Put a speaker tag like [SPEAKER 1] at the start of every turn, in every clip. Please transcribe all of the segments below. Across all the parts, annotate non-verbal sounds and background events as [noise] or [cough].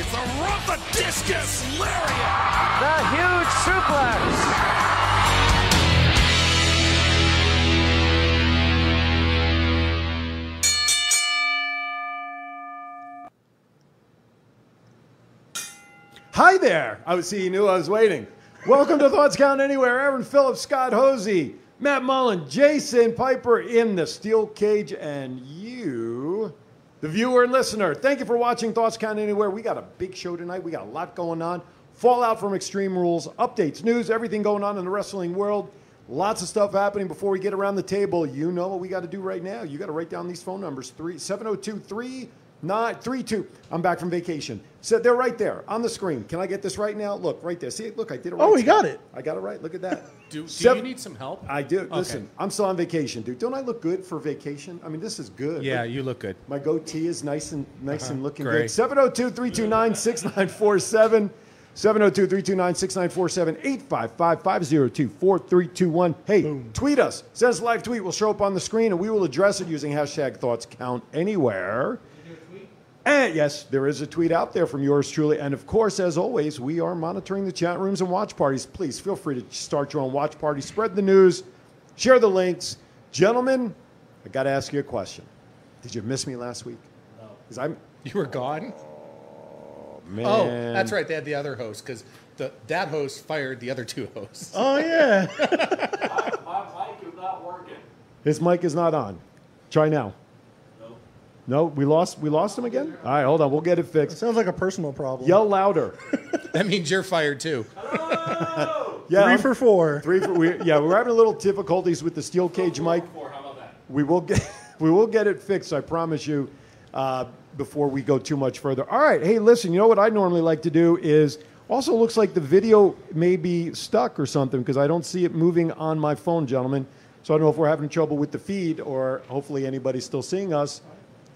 [SPEAKER 1] off the discus lariat.
[SPEAKER 2] The huge suplex.
[SPEAKER 3] Hi there. I was, see, you knew I was waiting. Welcome to Thoughts Count Anywhere. Aaron Phillips, Scott Hosey, Matt Mullen, Jason Piper in the steel cage, and you, the viewer and listener. Thank you for watching Thoughts Count Anywhere. We got a big show tonight. We got a lot going on. Fallout from Extreme Rules, updates, news, everything going on in the wrestling world. Lots of stuff happening before we get around the table. You know what we got to do right now. You got to write down these phone numbers three, 702 not three two. I'm back from vacation. So they're right there on the screen. Can I get this right now? Look right there. See, look, I did it. Right
[SPEAKER 4] Oh, he got it.
[SPEAKER 3] I got it right. Look at that.
[SPEAKER 5] Do, do you
[SPEAKER 3] Seven-
[SPEAKER 5] need some help?
[SPEAKER 3] I do. Listen, I'm still on vacation, dude. Don't I look good for vacation? I mean, this is good.
[SPEAKER 4] Yeah,
[SPEAKER 3] Look,
[SPEAKER 4] you look good.
[SPEAKER 3] my goatee is nice and nice and looking
[SPEAKER 4] great.
[SPEAKER 3] good. 702-329-6947. 702-329-6947. 855-502-4321. Hey, tweet us. Send us a live tweet. We'll show up on the screen and we will address it using hashtag thoughts count anywhere. And yes, there is a tweet out there from yours truly. And of course, as always, we are monitoring the chat rooms and watch parties. Please feel free to start your own watch party, spread the news, share the links. Gentlemen, I got to ask you a question. Did you miss me last week? No. Because I'm,
[SPEAKER 5] You were gone.
[SPEAKER 3] man.
[SPEAKER 5] Oh, that's right. They had the other host because the that host fired the other two hosts.
[SPEAKER 4] Oh yeah.
[SPEAKER 3] His mic is not on. Try now. No. No, we lost, we lost him again? All right, hold on. We'll get it fixed.
[SPEAKER 4] Sounds like a personal problem.
[SPEAKER 3] Yell louder.
[SPEAKER 5] [laughs] That means you're fired too.
[SPEAKER 3] Yeah,
[SPEAKER 4] Three
[SPEAKER 3] I'm-
[SPEAKER 4] for four.
[SPEAKER 3] Three for, we, yeah, we're having a little difficulties with the steel cage mic. We will get [laughs] we will get it fixed, I promise you, uh, before we go too much further. All right, hey, listen, you know what I normally like to do is also looks like the video may be stuck or something because I don't see it moving on my phone, gentlemen. So I don't know if we're having trouble with the feed or hopefully anybody's still seeing us.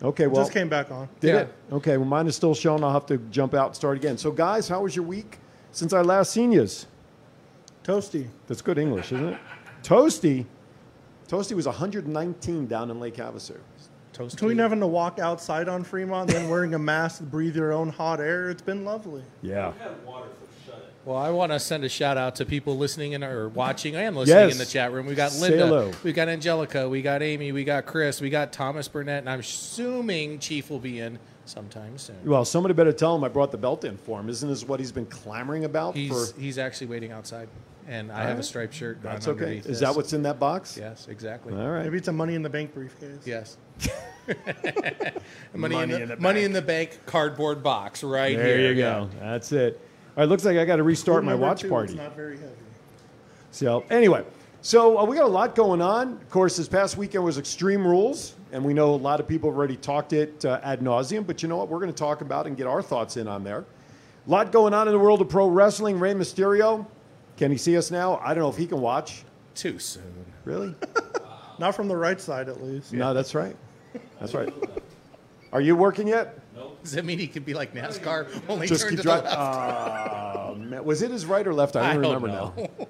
[SPEAKER 3] Okay, well,
[SPEAKER 4] Just came back on.
[SPEAKER 3] did
[SPEAKER 5] Yeah.
[SPEAKER 3] it? Okay, well, mine is still showing. I'll have to jump out and start again. So, guys, how was your week since I last seen yous?
[SPEAKER 4] Toasty.
[SPEAKER 3] That's good English, isn't it? Toasty. Toasty was 119 down in Lake Havasu.
[SPEAKER 5] Toast.
[SPEAKER 4] Between having to walk outside on Fremont and then wearing a mask to breathe your own hot air, it's been lovely.
[SPEAKER 3] Yeah.
[SPEAKER 5] Well, I want to send a shout out to people listening in or watching and listening
[SPEAKER 3] Yes.
[SPEAKER 5] in the chat room. We got
[SPEAKER 3] Say hello.
[SPEAKER 5] Linda, we got Angelica, we got Amy, we got Chris, we got Thomas Burnett, and I'm assuming Chief will be in sometime soon.
[SPEAKER 3] Well, somebody better tell him I brought the belt in for him. Isn't this what he's been clamoring about?
[SPEAKER 5] He's
[SPEAKER 3] for
[SPEAKER 5] he's actually waiting outside, and I have a striped shirt. on
[SPEAKER 3] That's okay. Is
[SPEAKER 5] underneath
[SPEAKER 3] that
[SPEAKER 5] this.
[SPEAKER 3] what's in that box?
[SPEAKER 5] Yes, exactly.
[SPEAKER 3] All right.
[SPEAKER 4] Maybe it's a money in the bank briefcase.
[SPEAKER 3] [laughs]
[SPEAKER 5] Yes. [laughs] money, in the, money in the bank cardboard box right
[SPEAKER 3] There
[SPEAKER 5] here.
[SPEAKER 3] you go. That's it. All right, looks like I got to restart my
[SPEAKER 4] Number
[SPEAKER 3] watch
[SPEAKER 4] two,
[SPEAKER 3] party.
[SPEAKER 4] It's not very heavy.
[SPEAKER 3] So anyway, so uh, we got a lot going on. Of course, this past weekend was Extreme Rules, and we know a lot of people have already talked it uh, ad nauseum. But you know what? We're going to talk about and get our thoughts in on there. A lot going on in the world of pro wrestling. Rey Mysterio, can he see us now? I don't know if he can watch.
[SPEAKER 5] Too soon.
[SPEAKER 3] Really?
[SPEAKER 4] Not from the right side, at least.
[SPEAKER 3] No, that's right. That's right. Are you working yet?
[SPEAKER 5] Does that mean he could be like NASCAR?
[SPEAKER 3] [laughs]
[SPEAKER 5] Only
[SPEAKER 3] Just
[SPEAKER 5] turn
[SPEAKER 3] keep
[SPEAKER 5] to
[SPEAKER 3] driving.
[SPEAKER 5] the left?
[SPEAKER 3] Oh, man. was it his right or left? I don't,
[SPEAKER 5] I don't
[SPEAKER 3] remember
[SPEAKER 5] know.
[SPEAKER 3] now.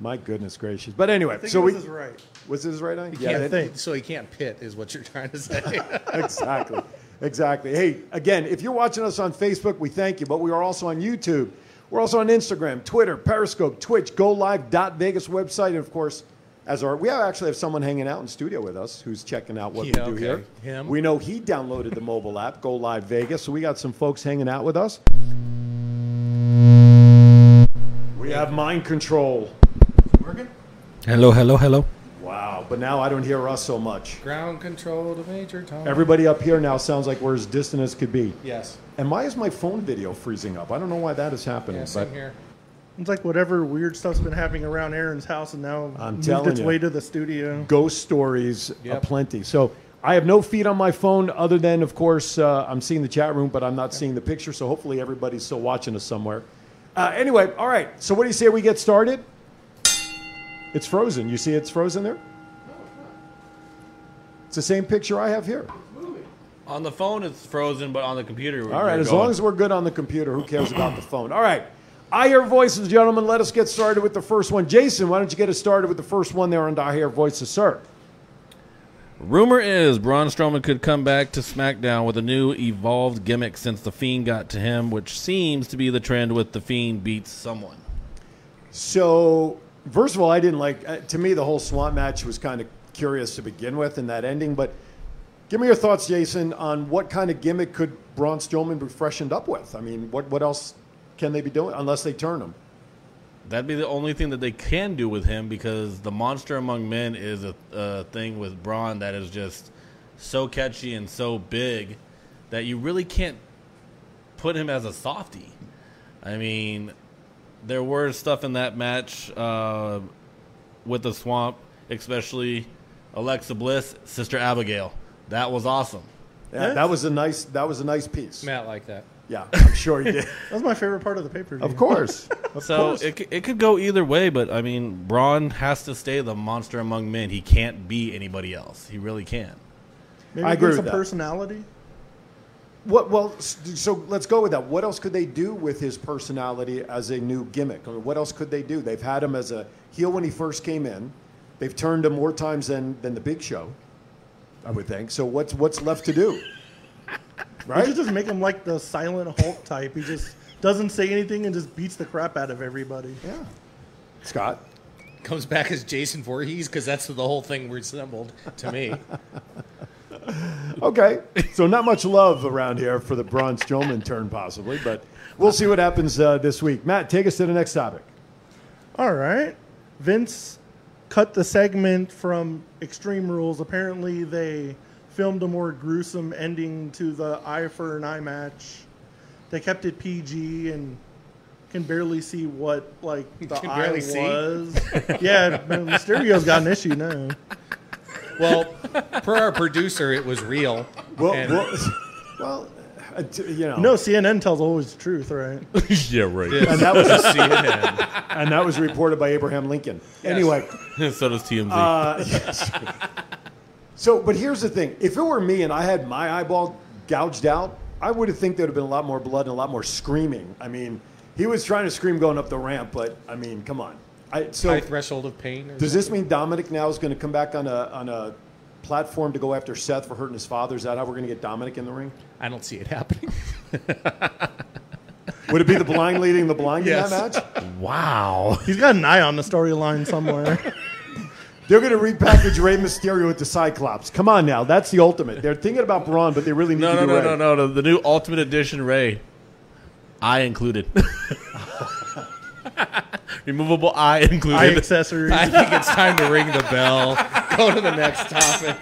[SPEAKER 3] My goodness gracious! But anyway,
[SPEAKER 4] I think
[SPEAKER 3] so
[SPEAKER 4] this
[SPEAKER 3] we
[SPEAKER 4] is right.
[SPEAKER 3] was it his right eye?
[SPEAKER 4] Yeah,
[SPEAKER 3] that-
[SPEAKER 4] I think.
[SPEAKER 5] So he can't pit, is what you're trying
[SPEAKER 3] [laughs]
[SPEAKER 5] to say.
[SPEAKER 3] exactly. Exactly. Hey, again, if you're watching us on Facebook, we thank you, but we are also on YouTube. We're also on Instagram, Twitter, Periscope, Twitch, GoLive.Vegas website, and of course, as our we actually have someone hanging out in studio with us who's checking out what
[SPEAKER 5] Yeah,
[SPEAKER 3] we do
[SPEAKER 5] okay.
[SPEAKER 3] here.
[SPEAKER 5] Him.
[SPEAKER 3] We know he downloaded the mobile app, Go Live Vegas, so we got some folks hanging out with us. We have mind control.
[SPEAKER 6] Hello, hello, hello.
[SPEAKER 3] Wow, but now I don't hear us so much.
[SPEAKER 5] Ground control to Major Tom.
[SPEAKER 3] Everybody up here now sounds like we're as distant as could be.
[SPEAKER 5] yes.
[SPEAKER 3] And why is my phone video freezing up? I don't know why that is happening.
[SPEAKER 5] Yeah,
[SPEAKER 3] but
[SPEAKER 5] same here.
[SPEAKER 4] It's like whatever weird stuff's been happening around Aaron's house and now
[SPEAKER 3] I'm
[SPEAKER 4] moved
[SPEAKER 3] telling
[SPEAKER 4] its
[SPEAKER 3] you.
[SPEAKER 4] way to the studio.
[SPEAKER 3] ghost stories
[SPEAKER 5] Yep.
[SPEAKER 3] aplenty. So I have no feed on my phone other than, of course, uh, I'm seeing the chat room, but I'm not seeing the picture. So hopefully everybody's still watching us somewhere. Uh, anyway, all right. So what do you say we get started? It's frozen. You see it's frozen there? It's the same picture I have here.
[SPEAKER 7] On the phone, it's frozen, but on the computer, we're
[SPEAKER 3] All right,
[SPEAKER 7] we're
[SPEAKER 3] as
[SPEAKER 7] going.
[SPEAKER 3] long as we're good on the computer, who cares about the phone? All right. I Hear Voices, gentlemen. Let us get started with the first one. Jason, why don't you get us started with the first one there on I Hear Voices, sir?
[SPEAKER 7] Rumor is Braun Strowman could come back to SmackDown with a new evolved gimmick since The Fiend got to him, which seems to be the trend with The Fiend beats someone.
[SPEAKER 3] So, first of all, I didn't like. Uh, to me, the whole swamp match was kind of curious to begin with, and that ending. But give me your thoughts, Jason, on what kind of gimmick could Braun Strowman be freshened up with? I mean, what what else can they be doing unless they turn him?
[SPEAKER 7] That'd be the only thing that they can do with him because the monster among men is a, a thing with Braun that is just so catchy and so big that you really can't put him as a softie. I mean, there were stuff in that match uh, with the swamp, especially Alexa Bliss, Sister Abigail. That was awesome.
[SPEAKER 3] Yeah, that was a nice that was a nice piece.
[SPEAKER 5] Matt like that.
[SPEAKER 3] Yeah, I'm sure he did.
[SPEAKER 4] That was my favorite part of the pay per view.
[SPEAKER 3] of course, of
[SPEAKER 7] So
[SPEAKER 3] course.
[SPEAKER 7] it, c- it could go either way, but I mean, Braun has to stay the monster among men. He can't be anybody else. He really [laughs] can't.
[SPEAKER 4] Maybe
[SPEAKER 3] I
[SPEAKER 4] I
[SPEAKER 3] agree with
[SPEAKER 4] some
[SPEAKER 3] that.
[SPEAKER 4] personality.
[SPEAKER 3] What, well, s- so let's go with that. What else could they do with his personality as a new gimmick? I mean, what else could they do? They've had him as a heel when he first came in. They've turned him more times than, than the Big Show, I would think. So what's what's left to do?
[SPEAKER 4] I
[SPEAKER 3] Right?
[SPEAKER 4] should just make him like the Silent Hulk type. He just doesn't say anything and just beats the crap out of everybody.
[SPEAKER 3] Yeah. Scott,
[SPEAKER 5] Comes back as Jason Voorhees because that's the whole thing resembled
[SPEAKER 3] [laughs]
[SPEAKER 5] to me.
[SPEAKER 3] Okay. So not much love around here for the Braun Strowman turn, possibly, but we'll see what happens uh, this week. Matt, take us to the next topic.
[SPEAKER 4] All right. Vince cut the segment from Extreme Rules. Apparently, they filmed a more gruesome ending to the eye for an eye match. They kept it PG and can barely see what like the
[SPEAKER 5] Can
[SPEAKER 4] eye
[SPEAKER 5] barely
[SPEAKER 4] was.
[SPEAKER 5] see? [laughs]
[SPEAKER 4] yeah, man, Mysterio's got an issue now.
[SPEAKER 5] Well, per our producer, it was real.
[SPEAKER 3] Well,
[SPEAKER 5] And-
[SPEAKER 3] well, [laughs] well uh, t- you know,
[SPEAKER 4] No, CNN tells always the truth, right?
[SPEAKER 7] yeah, right.
[SPEAKER 3] and that was
[SPEAKER 5] CNN.
[SPEAKER 3] [laughs] and that was reported by Abraham Lincoln. Anyway,
[SPEAKER 7] [laughs] so does TMZ.
[SPEAKER 3] Uh, [laughs] so but here's the thing: if it were me and I had my eyeball gouged out, I would have think there'd have been a lot more blood and a lot more screaming. I mean, he was trying to scream going up the ramp, but I mean, come on. I, so
[SPEAKER 5] High threshold of pain. or
[SPEAKER 3] Does this mean Dominic now is going to come back on a on a platform to go after Seth for hurting his father? Is that how we're going to get Dominic in the ring?
[SPEAKER 5] something. I don't see it happening. [laughs]
[SPEAKER 3] Would it be the blind leading the blind
[SPEAKER 7] [laughs]
[SPEAKER 5] Yes.
[SPEAKER 3] in that match?
[SPEAKER 7] wow.
[SPEAKER 4] He's got an eye on the
[SPEAKER 5] [laughs]
[SPEAKER 4] storyline somewhere.
[SPEAKER 3] They're going to repackage Rey Mysterio with the Cyclops. Come on now, that's the ultimate. They're thinking about Braun, but they really need
[SPEAKER 7] No,
[SPEAKER 3] to
[SPEAKER 7] no,
[SPEAKER 3] do
[SPEAKER 7] no,
[SPEAKER 3] Rey.
[SPEAKER 7] no, no, no. The new Ultimate Edition Ray. I included.
[SPEAKER 3] [laughs]
[SPEAKER 7] [laughs] Removable
[SPEAKER 4] eye
[SPEAKER 7] eye included.
[SPEAKER 4] accessories.
[SPEAKER 5] I think it's time to ring the bell. Go to the next topic.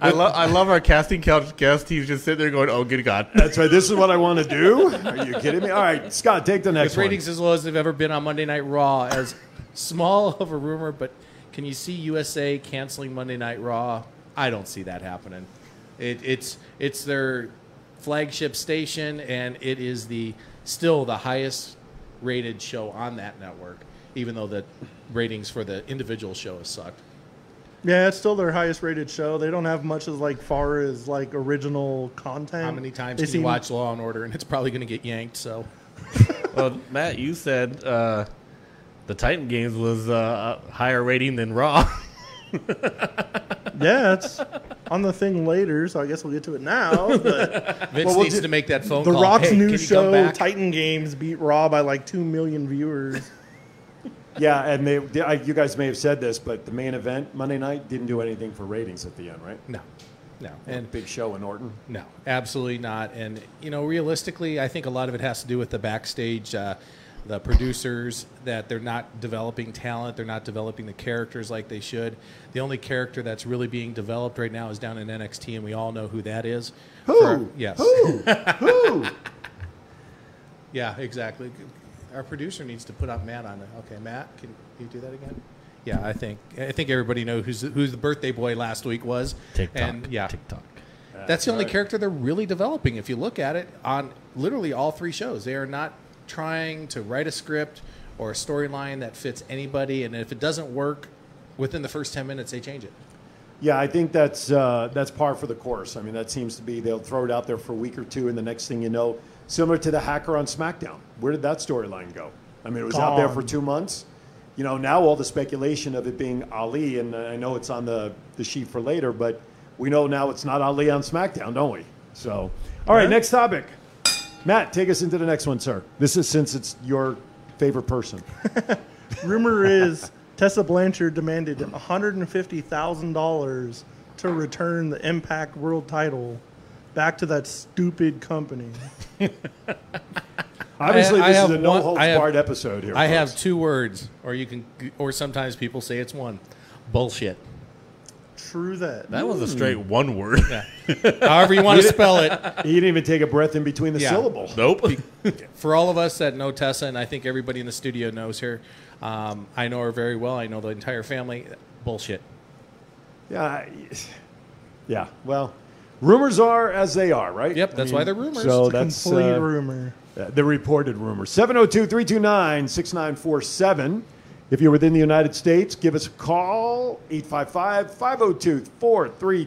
[SPEAKER 7] I, love I love our casting couch guest. He's just sitting there going, oh, good God.
[SPEAKER 3] [laughs] That's right. This is what I want to do. Are you kidding me? All right, Scott, take the next
[SPEAKER 5] With
[SPEAKER 3] one.
[SPEAKER 5] ratings as low as they've ever been on Monday Night Raw, as small [laughs] of a rumor, but can you see USA canceling Monday Night Raw? I don't see that happening. It, it's it's their flagship station, and it is the still the highest rated show on that network, even though the ratings for the individual show has sucked.
[SPEAKER 4] [laughs] Yeah, it's still their highest rated show. They don't have much as like far as like original content.
[SPEAKER 5] How many times
[SPEAKER 4] Um, They
[SPEAKER 5] can you
[SPEAKER 4] seem-
[SPEAKER 5] watch Law and Order, and it's probably going to get yanked?
[SPEAKER 4] [laughs]
[SPEAKER 5] So
[SPEAKER 7] Well, Matt, you said uh, the Titan Games was uh, a higher rating than Raw.
[SPEAKER 4] Yeah, it's on the thing later, so I guess we'll get to it now.
[SPEAKER 5] [laughs]
[SPEAKER 4] But
[SPEAKER 5] Vince
[SPEAKER 4] Well, we'll
[SPEAKER 5] needs
[SPEAKER 4] ju-
[SPEAKER 5] to make that phone
[SPEAKER 4] the
[SPEAKER 5] call.
[SPEAKER 4] Rock's
[SPEAKER 5] Oh, Hey, can
[SPEAKER 4] new
[SPEAKER 5] you come
[SPEAKER 4] show,
[SPEAKER 5] back?
[SPEAKER 4] Titan Games, beat Raw by like two million viewers.
[SPEAKER 3] Yeah, and they, they- I, you guys may have said this, but the main event Monday night didn't do anything for ratings at the end, right?
[SPEAKER 5] No, no, and
[SPEAKER 3] Big Show and Orton.
[SPEAKER 5] No, absolutely not. And you know, realistically, I think a lot of it has to do with the backstage, uh, the producers that they're not developing talent, they're not developing the characters like they should. The only character that's really being developed right now is down in NXT, and we all know who that is.
[SPEAKER 3] Who?
[SPEAKER 5] For- yes.
[SPEAKER 3] Who? Who?
[SPEAKER 5] Yeah, exactly. Our producer needs to put up Matt on it. Okay, Matt, can you do that again? Yeah, I think I think everybody knows who's who's the birthday boy last week was. And yeah,
[SPEAKER 7] [laughs] TikTok.
[SPEAKER 5] That's the only character they're really developing. If you look at it on literally all three shows, they are not trying to write a script or a storyline that fits anybody. And if it doesn't work within the first 10 minutes, they change it.
[SPEAKER 3] Yeah, I think that's uh, that's par for the course. I mean, that seems to be they'll throw it out there for a week or two, and the next thing you know, similar to the hacker on SmackDown. Where did that storyline go? I mean, it was out there
[SPEAKER 4] Gone.
[SPEAKER 3] for two months, you know, now all the speculation of it being Ali, and I know it's on the, the sheet for later, but we know now it's not Ali on SmackDown, don't we? So, all right, next topic. Matt, take us into the next one, sir. This is since it's your favorite person.
[SPEAKER 4] Rumor is Tessa Blanchard demanded $150,000 to return the Impact World title back to that stupid company.
[SPEAKER 3] Obviously,
[SPEAKER 5] I
[SPEAKER 3] this
[SPEAKER 5] have
[SPEAKER 3] is a
[SPEAKER 5] one-
[SPEAKER 3] no holds
[SPEAKER 5] I have-
[SPEAKER 3] barred episode here.
[SPEAKER 5] I have
[SPEAKER 3] folks.
[SPEAKER 5] two words, or you can, or sometimes people say it's one. Bullshit.
[SPEAKER 4] True that.
[SPEAKER 7] That
[SPEAKER 5] Hmm.
[SPEAKER 7] was a straight one
[SPEAKER 5] [laughs]
[SPEAKER 7] word.
[SPEAKER 5] However you [laughs] want to spell it.
[SPEAKER 3] He didn't even take a breath in between the
[SPEAKER 5] Yeah.
[SPEAKER 3] syllable.
[SPEAKER 7] [laughs] Nope.
[SPEAKER 5] For all of us that know Tessa, and I think everybody in the studio knows her, um, I know her very well. I know the entire family. Bullshit.
[SPEAKER 3] Yeah, I- [sighs] yeah. Well, rumors are as they are, right?
[SPEAKER 5] Yep, that's why they're rumors.
[SPEAKER 3] So
[SPEAKER 5] It's
[SPEAKER 3] that's
[SPEAKER 4] Complete
[SPEAKER 3] uh,
[SPEAKER 4] rumor.
[SPEAKER 3] Uh, the reported rumor 702 329 6947. If you're within the United States, give us a call 855 502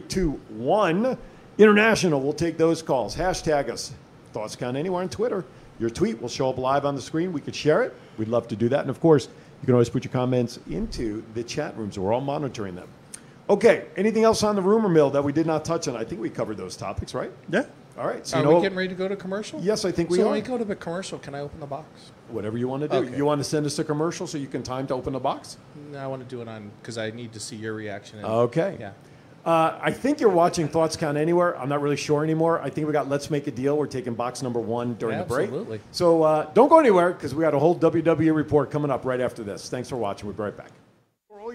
[SPEAKER 3] 4321. International, we'll take those calls. Hashtag us. Thoughts count anywhere on Twitter. Your tweet will show up live on the screen. We could share it. We'd love to do that. And of course, you can always put your comments into the chat rooms. We're all monitoring them. Okay, anything else on the rumor mill that we did not touch on? I think we covered those topics, right?
[SPEAKER 4] Yeah.
[SPEAKER 3] All right. So
[SPEAKER 5] Are
[SPEAKER 3] you know
[SPEAKER 5] Uh, we getting ready to go to commercial?
[SPEAKER 3] Yes, I think we
[SPEAKER 5] so
[SPEAKER 3] are.
[SPEAKER 5] when we go to the commercial, can I open the box?
[SPEAKER 3] Whatever you want to do.
[SPEAKER 5] Okay.
[SPEAKER 3] You want to send us a commercial so you can time to open the box?
[SPEAKER 5] No, I want to do it on because I need to see your reaction. and-
[SPEAKER 3] Okay.
[SPEAKER 5] Yeah.
[SPEAKER 3] Uh, I think you're watching Thoughts Count Anywhere. I'm not really sure anymore. I think we got Let's Make a Deal. We're taking box number one during the break.
[SPEAKER 5] Absolutely.
[SPEAKER 3] So uh, don't go anywhere because we got a whole WWE report coming up right after this. Thanks for watching. We'll be right back. For all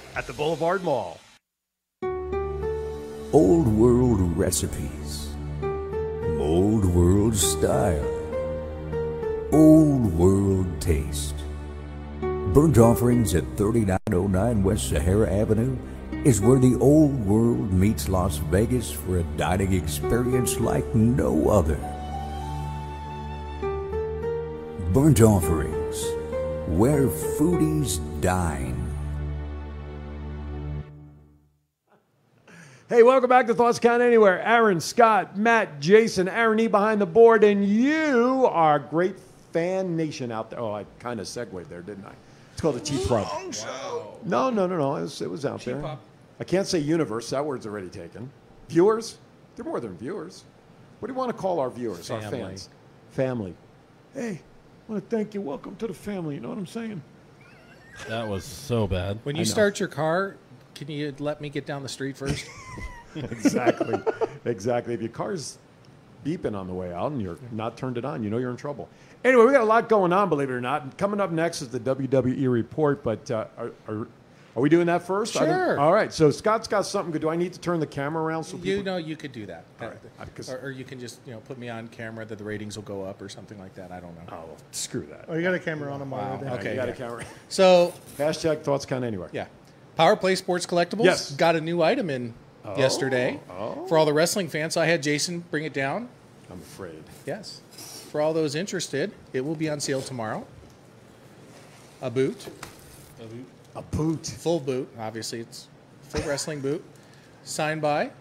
[SPEAKER 3] at the Boulevard Mall.
[SPEAKER 8] Old world recipes. Old world style. Old world taste. Burnt Offerings at 3909 West Sahara Avenue is where the old world meets Las Vegas for a dining experience like no other. Burnt Offerings, where foodies dine.
[SPEAKER 3] Hey, welcome back to Thoughts Count Anywhere. Aaron, Scott, Matt, Jason, Aaron E behind the board, and you are great fan nation out there. Oh, I kind of segued there, didn't I? It's called a cheap rub. No, no, no, no. It was, it was out there. I can't say universe. That word's already taken. Viewers? They're more than viewers. What do you want to call our viewers, our
[SPEAKER 5] Family.
[SPEAKER 3] fans? Family. Hey, I want to thank you. Welcome to the family. You know what I'm saying?
[SPEAKER 7] That was so bad.
[SPEAKER 5] When you start your car, can you let me get down the
[SPEAKER 3] [laughs]
[SPEAKER 5] street first?
[SPEAKER 3] exactly. exactly. If your car's beeping on the way out and you're not turned it on, you know you're in trouble. Anyway, we got a lot going on, believe it or not. And coming up next is the WWE report, but uh, are, are, are we doing that first? I don't-
[SPEAKER 5] Sure.
[SPEAKER 3] All right. So Scott's got something good. Do I need to turn the camera around so people
[SPEAKER 5] you know, you could do that.
[SPEAKER 3] Uh, 'cause-
[SPEAKER 5] or, or you can just you know put me on camera that the ratings will go up or something like that. I don't know.
[SPEAKER 3] Oh, well, screw that.
[SPEAKER 4] Oh, you got a camera on a monitor. there.
[SPEAKER 3] Okay,
[SPEAKER 5] okay,
[SPEAKER 3] you got a
[SPEAKER 5] yeah.
[SPEAKER 3] camera.
[SPEAKER 5] So
[SPEAKER 3] Hashtag thoughts count anywhere.
[SPEAKER 5] Yeah. Power Play Sports Collectibles
[SPEAKER 3] Yes. Oh,
[SPEAKER 5] got a new item in yesterday for all the wrestling fans. So I had Jason bring it down.
[SPEAKER 3] I'm afraid.
[SPEAKER 5] Yes. For all those interested, it will be on sale tomorrow. A boot,
[SPEAKER 3] A boot.
[SPEAKER 5] full boot. Obviously, it's full wrestling boot. Signed by.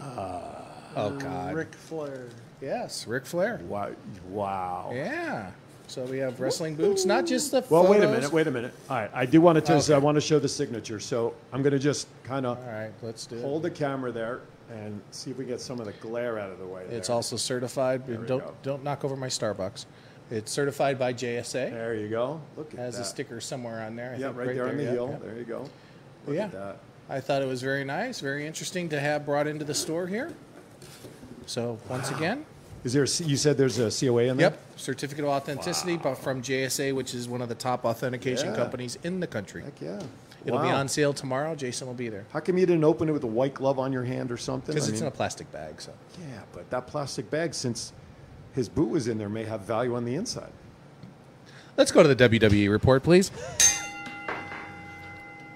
[SPEAKER 5] oh God!
[SPEAKER 4] Ric Flair.
[SPEAKER 5] yes, Ric Flair.
[SPEAKER 3] Wow. Wow.
[SPEAKER 5] Yeah. So we have wrestling boots, not just the.
[SPEAKER 3] Well, wait a
[SPEAKER 5] photos. Oh,
[SPEAKER 3] minute. Wait a minute. All right. I do want to just,
[SPEAKER 5] Okay.
[SPEAKER 3] I want to show the signature. So I'm going to just kind of
[SPEAKER 5] All right, let's do it.
[SPEAKER 3] Hold the camera there and see if we get some of the glare out of the way.
[SPEAKER 5] It's
[SPEAKER 3] there.
[SPEAKER 5] also certified.
[SPEAKER 3] we
[SPEAKER 5] don't
[SPEAKER 3] go.
[SPEAKER 5] don't knock over my Starbucks. It's certified by JSA.
[SPEAKER 3] There you go. Look at
[SPEAKER 5] has
[SPEAKER 3] that.
[SPEAKER 5] a sticker somewhere on there. I
[SPEAKER 3] Yeah,
[SPEAKER 5] think
[SPEAKER 3] right, there on the
[SPEAKER 5] yeah,
[SPEAKER 3] heel.
[SPEAKER 5] yeah.
[SPEAKER 3] There you go. Look
[SPEAKER 5] Yeah.
[SPEAKER 3] at that.
[SPEAKER 5] I thought it was very nice, very interesting to have brought into the store here. So once again,
[SPEAKER 3] Is there? A, C- you said there's a COA in there.
[SPEAKER 5] yep, certificate of authenticity, but from JSA, which is one of the top authentication
[SPEAKER 3] Yeah.
[SPEAKER 5] companies in the country.
[SPEAKER 3] Heck yeah.
[SPEAKER 5] It'll be
[SPEAKER 3] Wow.
[SPEAKER 5] on sale tomorrow. Jason will be there
[SPEAKER 3] How come you didn't open it with a white glove on your hand or something?
[SPEAKER 5] because
[SPEAKER 3] I
[SPEAKER 5] it's in
[SPEAKER 3] mean,
[SPEAKER 5] a plastic bag. So
[SPEAKER 3] yeah, but that plastic bag, since his boot was in there, may have value on the inside. [laughs]
[SPEAKER 5] let's go to the WWE E report, please.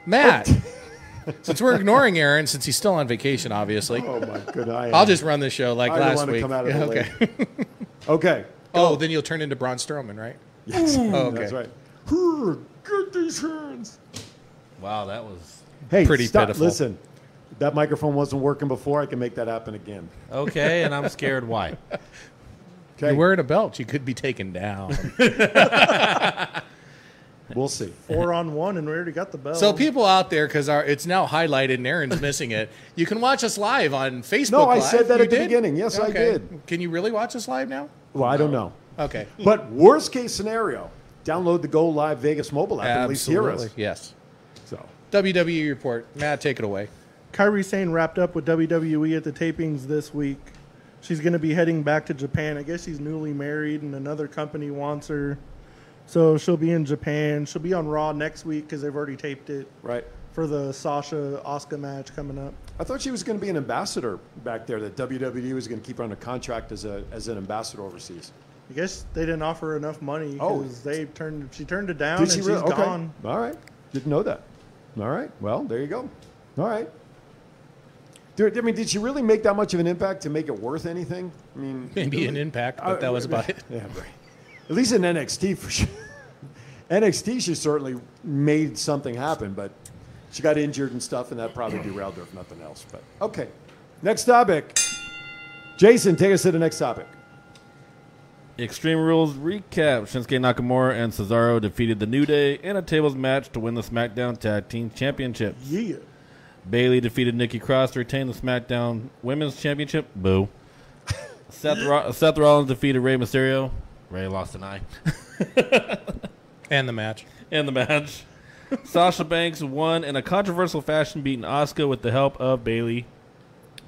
[SPEAKER 5] Matt, since we're ignoring Aaron, since he's still on vacation, obviously,
[SPEAKER 3] Oh my [laughs] good eye.
[SPEAKER 5] I'll just run the show like
[SPEAKER 3] I don't
[SPEAKER 5] last
[SPEAKER 3] wanna
[SPEAKER 5] week.
[SPEAKER 3] come out of
[SPEAKER 5] Yeah,
[SPEAKER 3] the
[SPEAKER 5] [laughs] okay.
[SPEAKER 3] Okay.
[SPEAKER 5] oh, then you'll turn into Braun Strowman, right?
[SPEAKER 3] Yes.
[SPEAKER 5] okay.
[SPEAKER 3] That's right. Hurr, Get these hands.
[SPEAKER 7] Wow, that was
[SPEAKER 3] Hey,
[SPEAKER 5] Pretty
[SPEAKER 3] stop.
[SPEAKER 5] pitiful.
[SPEAKER 3] Listen, that microphone wasn't working before. I can make that happen again.
[SPEAKER 7] okay, and I'm scared. Why?
[SPEAKER 3] Okay.
[SPEAKER 5] You're wearing a belt. You could be taken down.
[SPEAKER 3] We'll see.
[SPEAKER 4] Four on one, and we already got the bell.
[SPEAKER 5] so people out there, because it's now highlighted and Aaron's missing it, you can watch us live on Facebook.
[SPEAKER 3] No, I
[SPEAKER 5] Live.
[SPEAKER 3] said that
[SPEAKER 5] You
[SPEAKER 3] at the
[SPEAKER 5] did?
[SPEAKER 3] beginning. Yes, I did.
[SPEAKER 5] Can you really watch us live now?
[SPEAKER 3] Well, I don't know.
[SPEAKER 5] Okay.
[SPEAKER 3] But worst case scenario, download the Go Live Vegas mobile app and at least hear
[SPEAKER 5] Yes.
[SPEAKER 3] us. So
[SPEAKER 5] WWE report. Matt, take it away.
[SPEAKER 4] Kyrie Sane wrapped up with WWE at the tapings this week. She's going to be heading back to Japan. I guess she's newly married and another company wants her. So she'll be in Japan. She'll be on Raw next week because they've already taped it
[SPEAKER 3] right.
[SPEAKER 4] for the Sasha Oscar match coming up.
[SPEAKER 3] I thought she was going to be an ambassador back there. That WWE was going to keep her under contract as a as an ambassador overseas.
[SPEAKER 4] I guess they didn't offer enough money
[SPEAKER 3] Oh.
[SPEAKER 4] because they turned she turned it down
[SPEAKER 3] Did
[SPEAKER 4] and
[SPEAKER 3] she
[SPEAKER 4] she's
[SPEAKER 3] really? Okay.
[SPEAKER 4] gone.
[SPEAKER 3] All right. Didn't know that. All right. Well, there you go. All right. Dude, I mean, did she really make that much of an impact to make it worth anything? I mean,
[SPEAKER 5] [laughs] Maybe an impact, but that was about
[SPEAKER 7] [laughs]
[SPEAKER 5] it.
[SPEAKER 3] Yeah, right. At least in NXT for sure. [laughs] NXT, she certainly made something happen, but she got injured and stuff, and that probably derailed her if nothing else. But okay, next topic. Jason, take us to the next topic.
[SPEAKER 7] Extreme Rules recap: Shinsuke Nakamura and Cesaro defeated the New Day in a tables match to win the SmackDown Tag Team Championships.
[SPEAKER 4] Yeah.
[SPEAKER 7] Bailey defeated Nikki Cross to retain the SmackDown Women's Championship. [laughs] Boo. Seth, Ro- Seth Rollins defeated Rey Mysterio. Rey lost an eye
[SPEAKER 5] And the match.
[SPEAKER 7] in the match. Sasha Banks won in a controversial fashion, beating Asuka with the help of Bailey,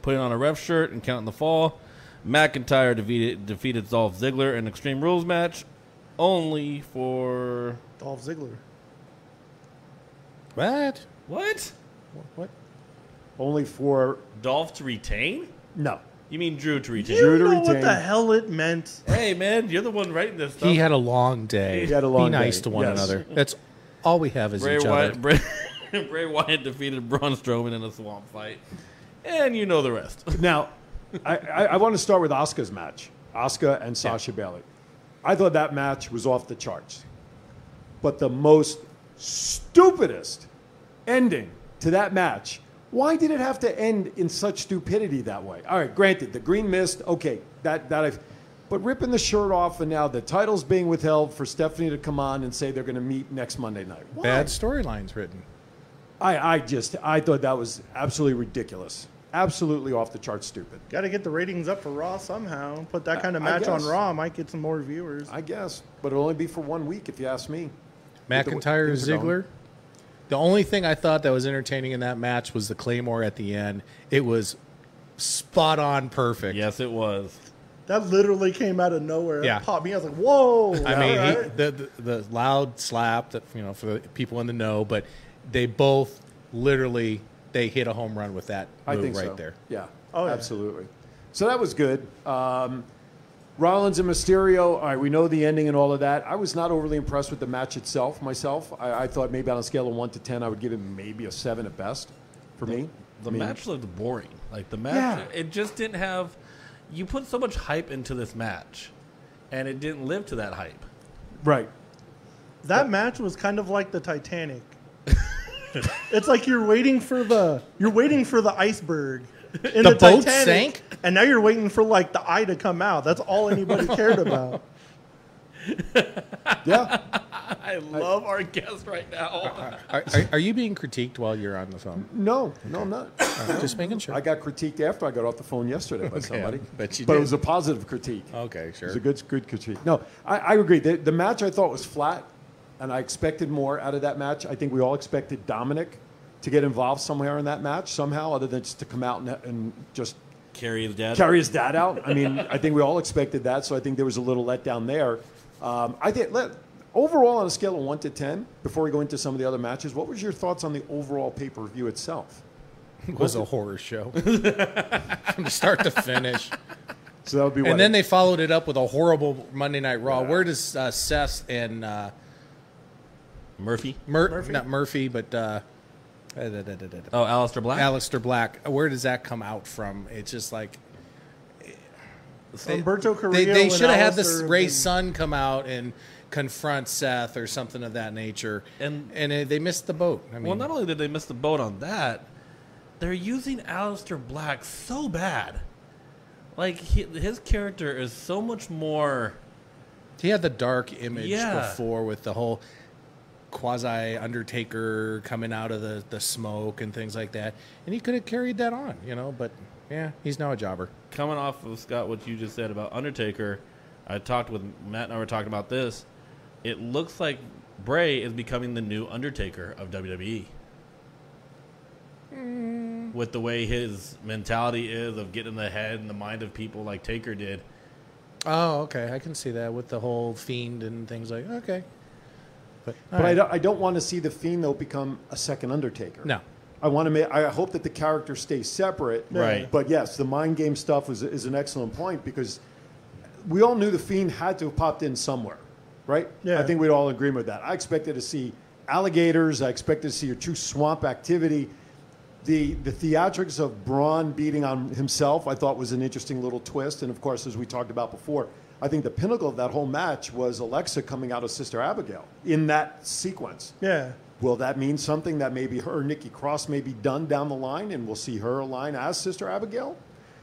[SPEAKER 7] putting on a ref shirt and counting the fall. McIntyre defeated defeated Dolph Ziggler in Extreme Rules match, only for
[SPEAKER 4] Dolph Ziggler.
[SPEAKER 5] What?
[SPEAKER 7] what?
[SPEAKER 4] What?
[SPEAKER 3] Only for
[SPEAKER 7] Dolph to retain?
[SPEAKER 3] no.
[SPEAKER 7] You mean Drew to retain?
[SPEAKER 3] to
[SPEAKER 4] You know what
[SPEAKER 3] retain.
[SPEAKER 4] the hell it meant.
[SPEAKER 7] Hey man, you're the one writing this stuff.
[SPEAKER 5] He had a long day.
[SPEAKER 3] He had a long
[SPEAKER 5] Be nice
[SPEAKER 3] day.
[SPEAKER 5] to one
[SPEAKER 3] Yes.
[SPEAKER 5] another. That's all we have is
[SPEAKER 7] Bray
[SPEAKER 5] each
[SPEAKER 7] Wyatt,
[SPEAKER 5] other.
[SPEAKER 7] Bray, Bray [laughs] Wyatt defeated Braun Strowman in a swamp fight, and you know the rest.
[SPEAKER 3] Now, I, I, I want to start with Asuka's match. Asuka and Sasha Bailey. I thought that match was off the charts. But the most stupidest ending to that match, why did it have to end in such stupidity that way? All right, granted, the green mist, okay, that, that I've. But ripping the shirt off and now the title's being withheld for Stephanie to come on and say they're going to meet next Monday night. Why?
[SPEAKER 5] Bad storylines written.
[SPEAKER 3] I, I just, I thought that was absolutely ridiculous. Absolutely off the charts stupid.
[SPEAKER 4] Got to get the ratings up for Raw somehow. Put that kind of
[SPEAKER 3] I
[SPEAKER 4] match on
[SPEAKER 3] guess.
[SPEAKER 4] Raw might get some more viewers.
[SPEAKER 3] I guess, but it'll only be for one week if you ask me.
[SPEAKER 5] McIntyre
[SPEAKER 3] things are going.
[SPEAKER 5] Ziggler. The only thing I thought that was entertaining in that match was the Claymore at the end. It was spot on perfect.
[SPEAKER 7] yes, it was.
[SPEAKER 4] That literally came out of nowhere.
[SPEAKER 5] Yeah.
[SPEAKER 4] It popped me. I was like, whoa.
[SPEAKER 5] I mean,
[SPEAKER 4] all
[SPEAKER 5] he,
[SPEAKER 4] right.
[SPEAKER 5] the, the the loud slap that you know for the people in the know, but they both literally they hit a home run with that
[SPEAKER 3] I
[SPEAKER 5] move
[SPEAKER 3] think
[SPEAKER 5] right
[SPEAKER 3] so.
[SPEAKER 5] there.
[SPEAKER 3] Yeah.
[SPEAKER 4] Oh, yeah.
[SPEAKER 3] absolutely. So that was good. Um, Rollins and Mysterio. All right, we know the ending and all of that. I was not overly impressed with the match itself myself. I, I thought maybe on a scale of one to ten, I would give it maybe a seven at best for me.
[SPEAKER 7] The
[SPEAKER 3] I mean,
[SPEAKER 7] match looked boring. Like the match,
[SPEAKER 3] Yeah.
[SPEAKER 7] it just didn't have. You put so much hype into this match, and it didn't live to that hype.
[SPEAKER 3] Right.
[SPEAKER 4] that match was kind of like
[SPEAKER 5] [laughs]
[SPEAKER 4] the Titanic. it's like you're waiting for the you're waiting for the iceberg. In
[SPEAKER 5] The
[SPEAKER 4] the,
[SPEAKER 5] boat
[SPEAKER 4] Titanic,
[SPEAKER 5] sank?
[SPEAKER 4] and now you're waiting for like the eye to come out. That's all anybody
[SPEAKER 5] [laughs]
[SPEAKER 4] cared about.
[SPEAKER 3] Yeah.
[SPEAKER 7] I love our guest right [laughs] now.
[SPEAKER 5] Are, are, are you being critiqued while you're on the phone? Uh,
[SPEAKER 3] no. No, I'm not.
[SPEAKER 5] Just making sure.
[SPEAKER 3] I got critiqued after I got off the phone yesterday
[SPEAKER 5] [laughs]
[SPEAKER 3] by somebody.
[SPEAKER 5] bet you
[SPEAKER 3] but it
[SPEAKER 5] did.
[SPEAKER 3] was a positive critique.
[SPEAKER 5] okay, sure.
[SPEAKER 3] It was a good, good critique. No, I, I agree. The, the match I thought was flat, and I expected more out of that match. I think we all expected Dominic to get involved somewhere in that match somehow, other than just to come out and, and just
[SPEAKER 7] Carry his dad.
[SPEAKER 3] carry his dad out. I mean, I think we all expected that, so I think there was a little letdown there. Um, I think let, overall on a scale of one to ten, before we go into some of the other matches, what was your thoughts on the overall pay per view itself?
[SPEAKER 5] It was a
[SPEAKER 3] [laughs]
[SPEAKER 5] horror show from start to finish.
[SPEAKER 3] So that would be what
[SPEAKER 5] And then they followed it up with a horrible Monday Night Raw. Where does uh, Seth and uh,
[SPEAKER 7] Murphy.
[SPEAKER 5] Mur- not Murphy, but uh,
[SPEAKER 7] Oh, Alistair Black.
[SPEAKER 5] Alistair Black. Where does that come out from? It's just like
[SPEAKER 4] Humberto Carrillo.
[SPEAKER 5] they, they
[SPEAKER 4] and
[SPEAKER 5] should have had this
[SPEAKER 4] Alistair have
[SPEAKER 5] Ray's
[SPEAKER 4] been-
[SPEAKER 5] son come out and confront Seth or something of that nature,
[SPEAKER 7] And-
[SPEAKER 5] and it, they missed the boat. I mean,
[SPEAKER 7] well, not only did they miss the boat on that, they're using Alistair Black so bad. Like he, his character is so much more.
[SPEAKER 5] he had the dark image
[SPEAKER 7] Yeah.
[SPEAKER 5] before with the whole quasi Undertaker coming out of the, the smoke and things like that, and he could have carried that on, you know. But yeah, he's now a jobber.
[SPEAKER 7] coming off of Scott, what you just said about Undertaker, I talked with Matt and I were talking about this. It looks like Bray is becoming the new Undertaker of WWE. With the way his mentality is of getting in the head and the mind of people like Taker did.
[SPEAKER 5] Oh, okay, I can see that with the whole fiend and things like okay. But,
[SPEAKER 3] But I don't, I don't want to see the Fiend though become a second Undertaker.
[SPEAKER 5] No.
[SPEAKER 3] I want to make. I hope that the characters stay separate.
[SPEAKER 7] Right.
[SPEAKER 3] But yes, the mind game stuff is is an excellent point because we all knew the Fiend had to have popped in somewhere, right?
[SPEAKER 4] Yeah.
[SPEAKER 3] I think we'd all agree with that. I expected to see alligators. I expected to see your true swamp activity. The the theatrics of Braun beating on himself, I thought was an interesting little twist. And of course, as we talked about before, I think the pinnacle of that whole match was Alexa coming out of Sister Abigail in that sequence.
[SPEAKER 4] Yeah.
[SPEAKER 3] Will that mean something that maybe her Nikki Cross may be done down the line and we'll see her align as Sister Abigail?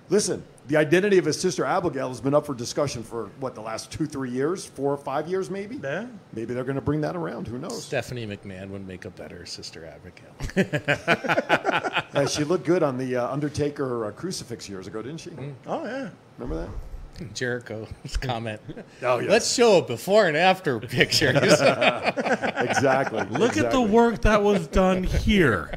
[SPEAKER 3] Listen, the identity of his sister Abigail has been up for discussion for what the last two, three years, four or five years, maybe.
[SPEAKER 4] Yeah.
[SPEAKER 3] Maybe they're going to bring that around. Who knows?
[SPEAKER 5] Stephanie McMahon would make a better Sister Abigail.
[SPEAKER 3] Uh, she looked good on the uh, Undertaker uh, crucifix years ago, didn't she?
[SPEAKER 7] Mm.
[SPEAKER 4] Oh yeah.
[SPEAKER 3] Remember that?
[SPEAKER 5] Jericho's [laughs] comment.
[SPEAKER 3] Oh, yes.
[SPEAKER 5] Let's show a before and after pictures.
[SPEAKER 3] Exactly.
[SPEAKER 7] [laughs] Look at the work that was [laughs] done here.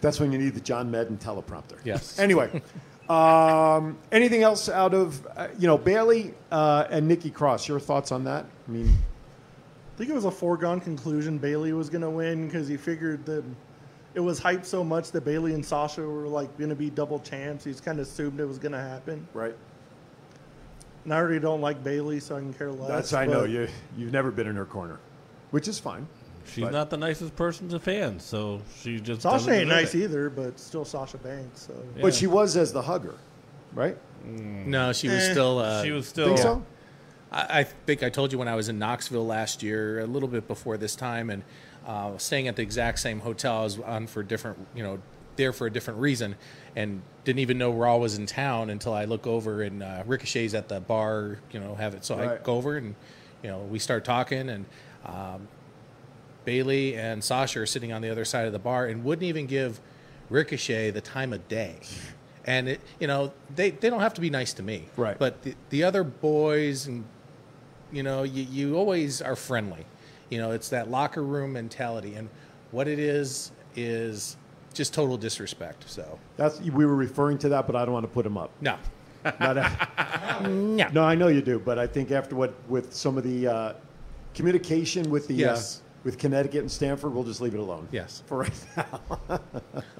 [SPEAKER 3] That's when you need the John Madden teleprompter.
[SPEAKER 5] Yes.
[SPEAKER 3] [laughs] Anyway, um, anything else out of uh, you know Bailey uh, and Nikki Cross? Your thoughts on that? I mean,
[SPEAKER 4] I think it was a foregone conclusion Bailey was going to win because he figured that it was hyped so much that Bailey and Sasha were like going to be double champs. He's kind of assumed it was going to happen.
[SPEAKER 3] right?
[SPEAKER 4] And I already don't like Bailey, so I can care less.
[SPEAKER 3] That's I know
[SPEAKER 4] but-
[SPEAKER 3] you. You've never been in her corner, which is fine.
[SPEAKER 7] She's
[SPEAKER 3] But-
[SPEAKER 7] not the nicest person to fans, so she just
[SPEAKER 4] Sasha
[SPEAKER 7] doesn't
[SPEAKER 4] ain't
[SPEAKER 7] deserve
[SPEAKER 4] nice
[SPEAKER 7] it.
[SPEAKER 4] either, but still Sasha Banks. So
[SPEAKER 3] But she was as the hugger, right?
[SPEAKER 5] [laughs] no, she was
[SPEAKER 4] Eh,
[SPEAKER 5] still. Uh,
[SPEAKER 7] She was still
[SPEAKER 3] Think so?
[SPEAKER 5] I, I think I told you when I was in Knoxville last year, a little bit before this time, and uh, staying at the exact same hotel. I was on for different, you know, there for a different reason, and didn't even know Raw was in town until I look over and uh, Ricochet's at the bar, you know, have it. So I
[SPEAKER 3] Right.
[SPEAKER 5] go over and, you know, we start talking and. Um, Bailey and Sasha are sitting on the other side of the bar and wouldn't even give Ricochet the time of day. And it, you know, they, they don't have to be nice to me,
[SPEAKER 3] Right.
[SPEAKER 5] But the, the other boys and you know, you, you always are friendly. You know, it's that locker room mentality, and what it is is just total disrespect. So
[SPEAKER 3] That's we were referring to that, but I don't want to put him up.
[SPEAKER 5] no,
[SPEAKER 3] Not [laughs] a- No, I know you do, but I think after what with some of the uh, communication with the
[SPEAKER 5] Yes.
[SPEAKER 3] uh, with Connecticut and Stanford, we'll just leave it alone.
[SPEAKER 5] Yes.
[SPEAKER 3] for right now.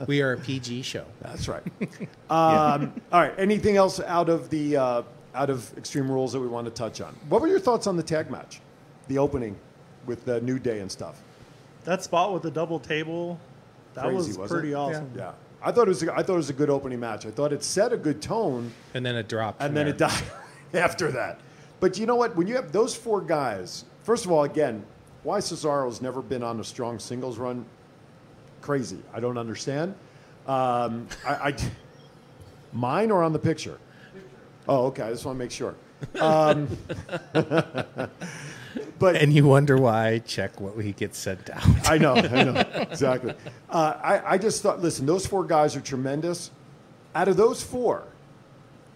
[SPEAKER 5] we are a PG show.
[SPEAKER 3] That's right. [laughs] um, All right. Anything else out of the uh, out of Extreme Rules that we want to touch on? What were your thoughts on the tag match, the opening with the New Day and stuff?
[SPEAKER 4] that spot with the double table, that
[SPEAKER 3] Crazy,
[SPEAKER 4] was
[SPEAKER 3] wasn't
[SPEAKER 4] pretty
[SPEAKER 3] it?
[SPEAKER 4] awesome.
[SPEAKER 3] Yeah, I thought it was. A, I thought it was a good opening match. I thought it set a good tone,
[SPEAKER 5] And then it dropped,
[SPEAKER 3] and
[SPEAKER 5] from
[SPEAKER 3] then
[SPEAKER 5] there.
[SPEAKER 3] it died [laughs] after that. But you know what? When you have those four guys, first of all, again, why Cesaro's never been on a strong singles run? Crazy. I don't understand. Um, I, [laughs] I- mine or on the picture? Oh, okay. I just want to make sure. Um, but
[SPEAKER 5] And you wonder why? Check what he gets sent out.
[SPEAKER 3] I know, I know, exactly. Uh, I, I just thought, listen, those four guys are tremendous. Out of those four,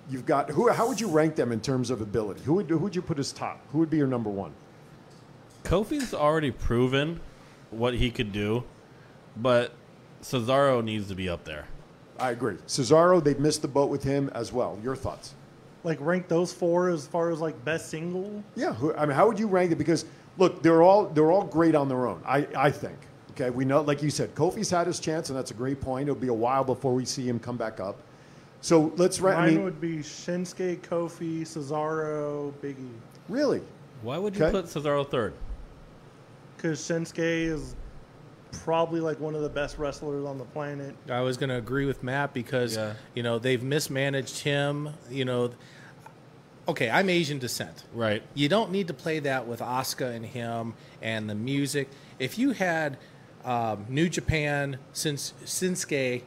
[SPEAKER 3] you've got who? How would you rank them in terms of ability? Who would who would you put as top? Who would be your number one?
[SPEAKER 7] Kofi's already proven what he could do, but Cesaro needs to be up there.
[SPEAKER 3] I agree. Cesaro, they've missed the boat with him as well. Your thoughts?
[SPEAKER 4] Like rank those four as far as like best single.
[SPEAKER 3] Yeah, who, I mean, how would you rank it? Because look, they're all they're all great on their own. I I think. Okay, we know, like you said, Kofi's had his chance, and that's a great point. It'll be a while before we see him come back up. So let's rank. I
[SPEAKER 4] Mine
[SPEAKER 3] mean,
[SPEAKER 4] would be Shinsuke, Kofi, Cesaro, Biggie,
[SPEAKER 3] really,
[SPEAKER 7] Why would you
[SPEAKER 3] Okay.
[SPEAKER 7] put Cesaro third?
[SPEAKER 4] because Shinsuke is probably like one of the best wrestlers on the planet.
[SPEAKER 5] I was going to agree with Matt because
[SPEAKER 7] Yeah.
[SPEAKER 5] you know they've mismanaged him. You know, okay, I'm Asian descent.
[SPEAKER 7] Right.
[SPEAKER 5] You don't need to play that with Asuka and him and the music. If you had um, New Japan since Shinsuke,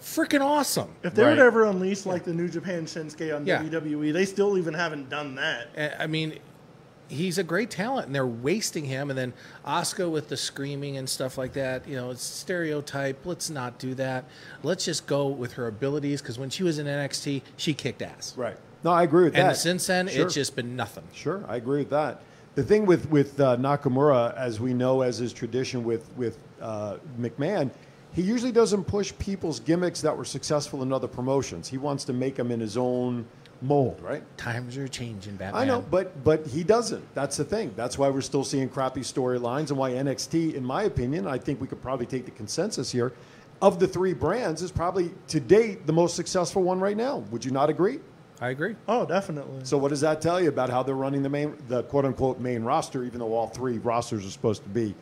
[SPEAKER 5] freaking awesome.
[SPEAKER 4] If they
[SPEAKER 7] Right.
[SPEAKER 4] would ever unleash like the New Japan Shinsuke on
[SPEAKER 5] Yeah.
[SPEAKER 4] WWE, they still even haven't done that.
[SPEAKER 5] I I mean, he's a great talent, and they're wasting him. And then Oscar with the screaming and stuff like that. You know, it's stereotype. Let's not do that. Let's just go with her abilities because when she was in NXT, she kicked ass.
[SPEAKER 3] Right. No, I agree with
[SPEAKER 5] And
[SPEAKER 3] that.
[SPEAKER 5] since then,
[SPEAKER 3] Sure.
[SPEAKER 5] it's just been nothing.
[SPEAKER 3] Sure, I agree with that. The thing with with uh, Nakamura, as we know, as is tradition with with uh, McMahon, he usually doesn't push people's gimmicks that were successful in other promotions. He wants to make them in his own mold, right?
[SPEAKER 5] Times are changing, Batman.
[SPEAKER 3] I know, but but he doesn't. That's the thing. That's why we're still seeing crappy storylines, and why NXT, in my opinion, I think we could probably take the consensus here, of the three brands, is probably to date the most successful one right now. Would you not agree?
[SPEAKER 5] I agree.
[SPEAKER 4] Oh, definitely.
[SPEAKER 3] So what does that tell you about how they're running the main, the quote unquote main roster, even though all three rosters are supposed to be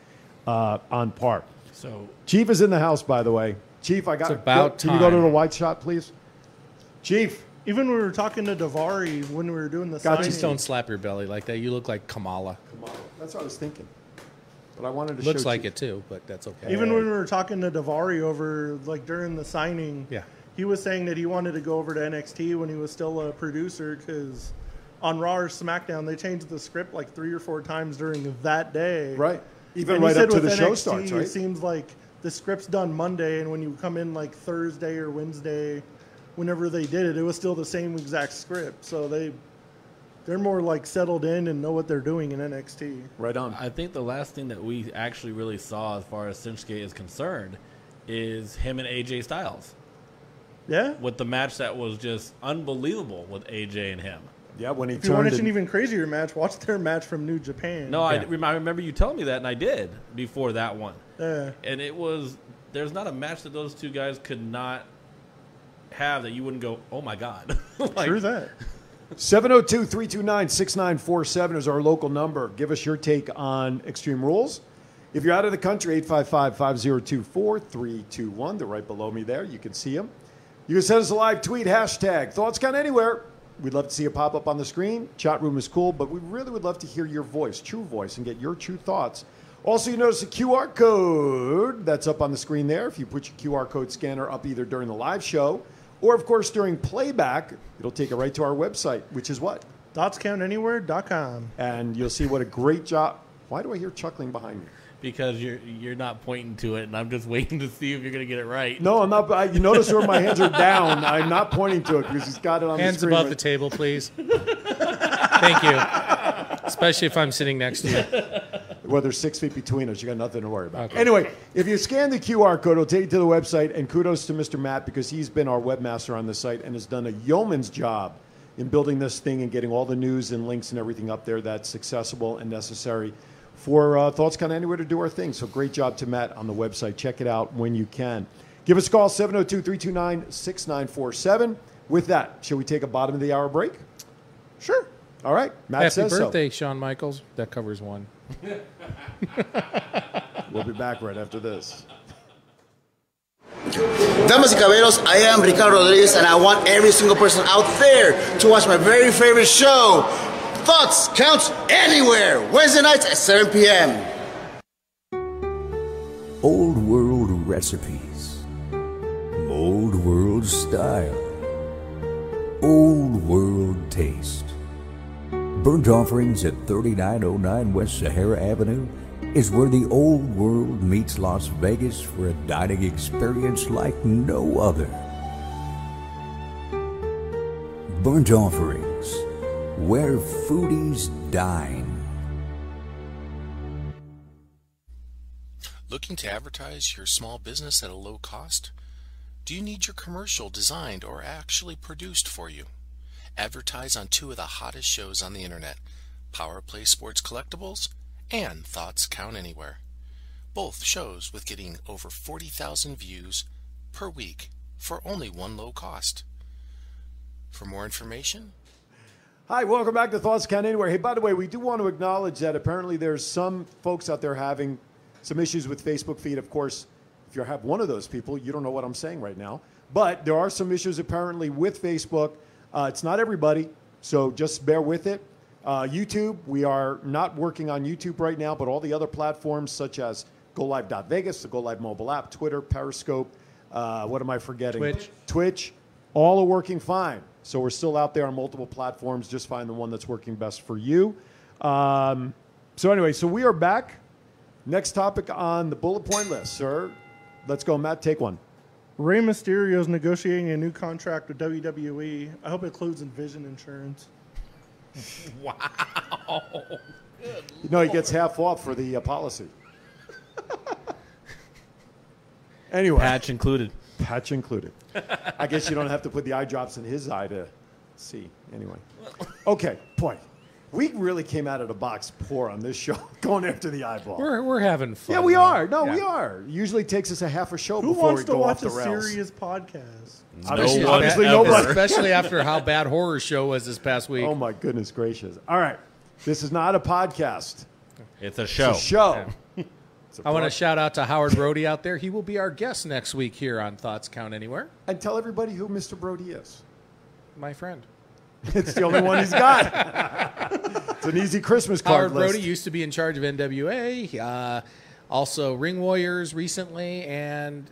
[SPEAKER 3] uh, on par?
[SPEAKER 7] So
[SPEAKER 3] Chief is in the house, by the way. Chief, I got
[SPEAKER 5] It's about
[SPEAKER 3] Can you go to
[SPEAKER 5] time.
[SPEAKER 3] the white shot, please? Chief,
[SPEAKER 4] Even when we were talking to Davari when we were doing the
[SPEAKER 3] Gotcha.
[SPEAKER 5] Just
[SPEAKER 4] signing,
[SPEAKER 5] don't slap your belly like that. You look like Kamala.
[SPEAKER 3] that's what I was thinking, but I wanted to.
[SPEAKER 5] Looks
[SPEAKER 3] show
[SPEAKER 5] like
[SPEAKER 3] Chief.
[SPEAKER 5] it too, but that's okay.
[SPEAKER 4] even when we were talking to Davari over like during the signing,
[SPEAKER 5] Yeah.
[SPEAKER 4] he was saying that he wanted to go over to NXT when he was still a producer because on Raw or SmackDown they changed the script like three or four times during that day.
[SPEAKER 3] right? Even
[SPEAKER 4] And he
[SPEAKER 3] right
[SPEAKER 4] said
[SPEAKER 3] up to
[SPEAKER 4] with
[SPEAKER 3] the show
[SPEAKER 4] NXT,
[SPEAKER 3] starts,
[SPEAKER 4] It
[SPEAKER 3] right?
[SPEAKER 4] seems like the script's done Monday, and when you come in like Thursday or Wednesday, whenever they did it, it was still the same exact script. So they they're more like settled in and know what they're doing in NXT.
[SPEAKER 3] right on.
[SPEAKER 7] I think the last thing that we actually really saw, as far as Shinsuke is concerned, is him and AJ Styles
[SPEAKER 4] Yeah.
[SPEAKER 7] with the match that was just unbelievable with AJ and him.
[SPEAKER 3] yeah, when he
[SPEAKER 4] If you want
[SPEAKER 3] turned.
[SPEAKER 4] to an
[SPEAKER 3] and-
[SPEAKER 4] even crazier match, watch their match from New Japan.
[SPEAKER 7] No, I,
[SPEAKER 5] Yeah.
[SPEAKER 7] rem- I remember you telling me that, and I did before that one.
[SPEAKER 4] Yeah.
[SPEAKER 7] And it was there's not a match that those two guys could not have that you wouldn't go, oh my god. [laughs] like,
[SPEAKER 4] True that.
[SPEAKER 3] 702 329 6947 is our local number. Give us your take on Extreme Rules. If you're out of the country, 855 502 4321. They're right below me there. You can see them. You can send us a live tweet, hashtag thoughts gone anywhere. We'd love to see it pop up on the screen. Chat room is cool, but we really would love to hear your voice, true voice, and get your true thoughts. Also, you notice a QR code that's up on the screen there. If you put your QR code scanner up either during the live show or, of course, during playback, it'll take it right to our website, which is what?
[SPEAKER 4] Thoughtscountanywhere.com.
[SPEAKER 3] And you'll see what a great job. Why do I hear chuckling behind me?
[SPEAKER 7] because you're you're not pointing to it, and I'm just [laughs] waiting to see if you're gonna get it right.
[SPEAKER 3] No, I'm not. I, you notice where my hands are down. I'm not pointing to it because he's got it on the
[SPEAKER 5] Hands
[SPEAKER 3] screen.
[SPEAKER 5] above the
[SPEAKER 3] right-
[SPEAKER 5] table, please. Thank you. Especially if I'm sitting next to
[SPEAKER 3] [laughs]
[SPEAKER 5] you.
[SPEAKER 3] Well, there's six feet between us. You got nothing to worry about.
[SPEAKER 5] Okay.
[SPEAKER 3] Anyway, if you scan the QR code, it'll take you to the website. And kudos to Mr. Matt because he's been our webmaster on the site and has done a yeoman's job in building this thing and getting all the news and links and everything up there that's accessible and necessary for uh, Thoughts Count Anywhere to do our thing. So great job to Matt on the website. Check it out when you can. Give us a call, 702 329 6947. With that, shall we take a bottom of the hour break? Sure. All right. Matt
[SPEAKER 5] Happy
[SPEAKER 3] says so.
[SPEAKER 5] birthday, Shawn Michaels. That covers one.
[SPEAKER 3] We'll be back right after this.
[SPEAKER 9] Damas y caballeros, I am Ricardo Rodriguez, and I want every single person out there to watch my very favorite show, Thoughts Counts Anywhere, Wednesday nights at 7 p.m.
[SPEAKER 8] Old World recipes, Old World style, Old World taste. Burnt Offerings at 3909 West Sahara Avenue is where the old world meets Las Vegas for a dining experience like no other. Burnt Offerings, where foodies dine.
[SPEAKER 10] Looking to advertise your small business at a low cost? Do you need your commercial designed or actually produced for you? Advertise on two of the hottest shows on the internet Power Play Sports Collectibles and Thoughts Count Anywhere. Both shows with getting over 40,000 views per week for only one low cost. For more information,
[SPEAKER 3] Hi, welcome back to Thoughts Count Anywhere. Hey, by the way, we do want to acknowledge that apparently there's some folks out there having Some issues with Facebook feed, of course. If you have one of those people, you don't know what I'm saying right now. But there are some issues apparently with Facebook. Uh, it's not everybody, so just bear with it. Uh, YouTube, we are not working on YouTube right now, but all the other platforms such as GoLive.Vegas, the GoLive mobile app, Twitter, Periscope, uh, what am I forgetting?
[SPEAKER 5] Twitch.
[SPEAKER 3] Twitch, all are working fine. So we're still out there on multiple platforms. Just find the one that's working best for you. Um, so anyway, so we are back. Next topic on the bullet point list, sir. Let's go, Matt. Take one.
[SPEAKER 4] Rey Mysterio is negotiating a new contract with WWE. I hope it includes Envision Insurance.
[SPEAKER 7] Wow.
[SPEAKER 3] You know, he gets half off for the uh, policy. [laughs] anyway,
[SPEAKER 7] Patch included.
[SPEAKER 3] patch included. I guess you don't have to put the eye drops in his eye to see. Anyway, okay. Point. We really came out of the box poor on this show, [laughs] going after the eyeball.
[SPEAKER 5] We're, we're having fun.
[SPEAKER 3] yeah, we
[SPEAKER 5] though.
[SPEAKER 3] are. No,
[SPEAKER 5] uh, Yeah.
[SPEAKER 3] we are. Usually takes us a half a show
[SPEAKER 4] Who
[SPEAKER 3] before
[SPEAKER 4] wants
[SPEAKER 3] we
[SPEAKER 4] to
[SPEAKER 3] go off
[SPEAKER 4] watch
[SPEAKER 3] the
[SPEAKER 4] a
[SPEAKER 3] rails.
[SPEAKER 4] serious podcast?
[SPEAKER 3] Obviously-
[SPEAKER 7] No one
[SPEAKER 3] obviously
[SPEAKER 7] ever.
[SPEAKER 3] nobody.
[SPEAKER 5] uh, Especially after how bad horror show was this past week.
[SPEAKER 3] [laughs] Oh my goodness gracious! All right, this is not a podcast.
[SPEAKER 7] It's a show.
[SPEAKER 3] It's a show. It's a
[SPEAKER 5] I want to
[SPEAKER 3] broad-
[SPEAKER 5] shout out to Howard Brody out there. He will be our guest next week here on Thoughts Count Anywhere.
[SPEAKER 3] and tell everybody who Mr. Brody is.
[SPEAKER 5] My friend.
[SPEAKER 3] It's the only one he's
[SPEAKER 5] [laughs]
[SPEAKER 3] got. it's an easy Christmas card
[SPEAKER 5] Howard
[SPEAKER 3] list.
[SPEAKER 5] Brody used to be in charge of NWA, uh, also Ring Warriors recently, and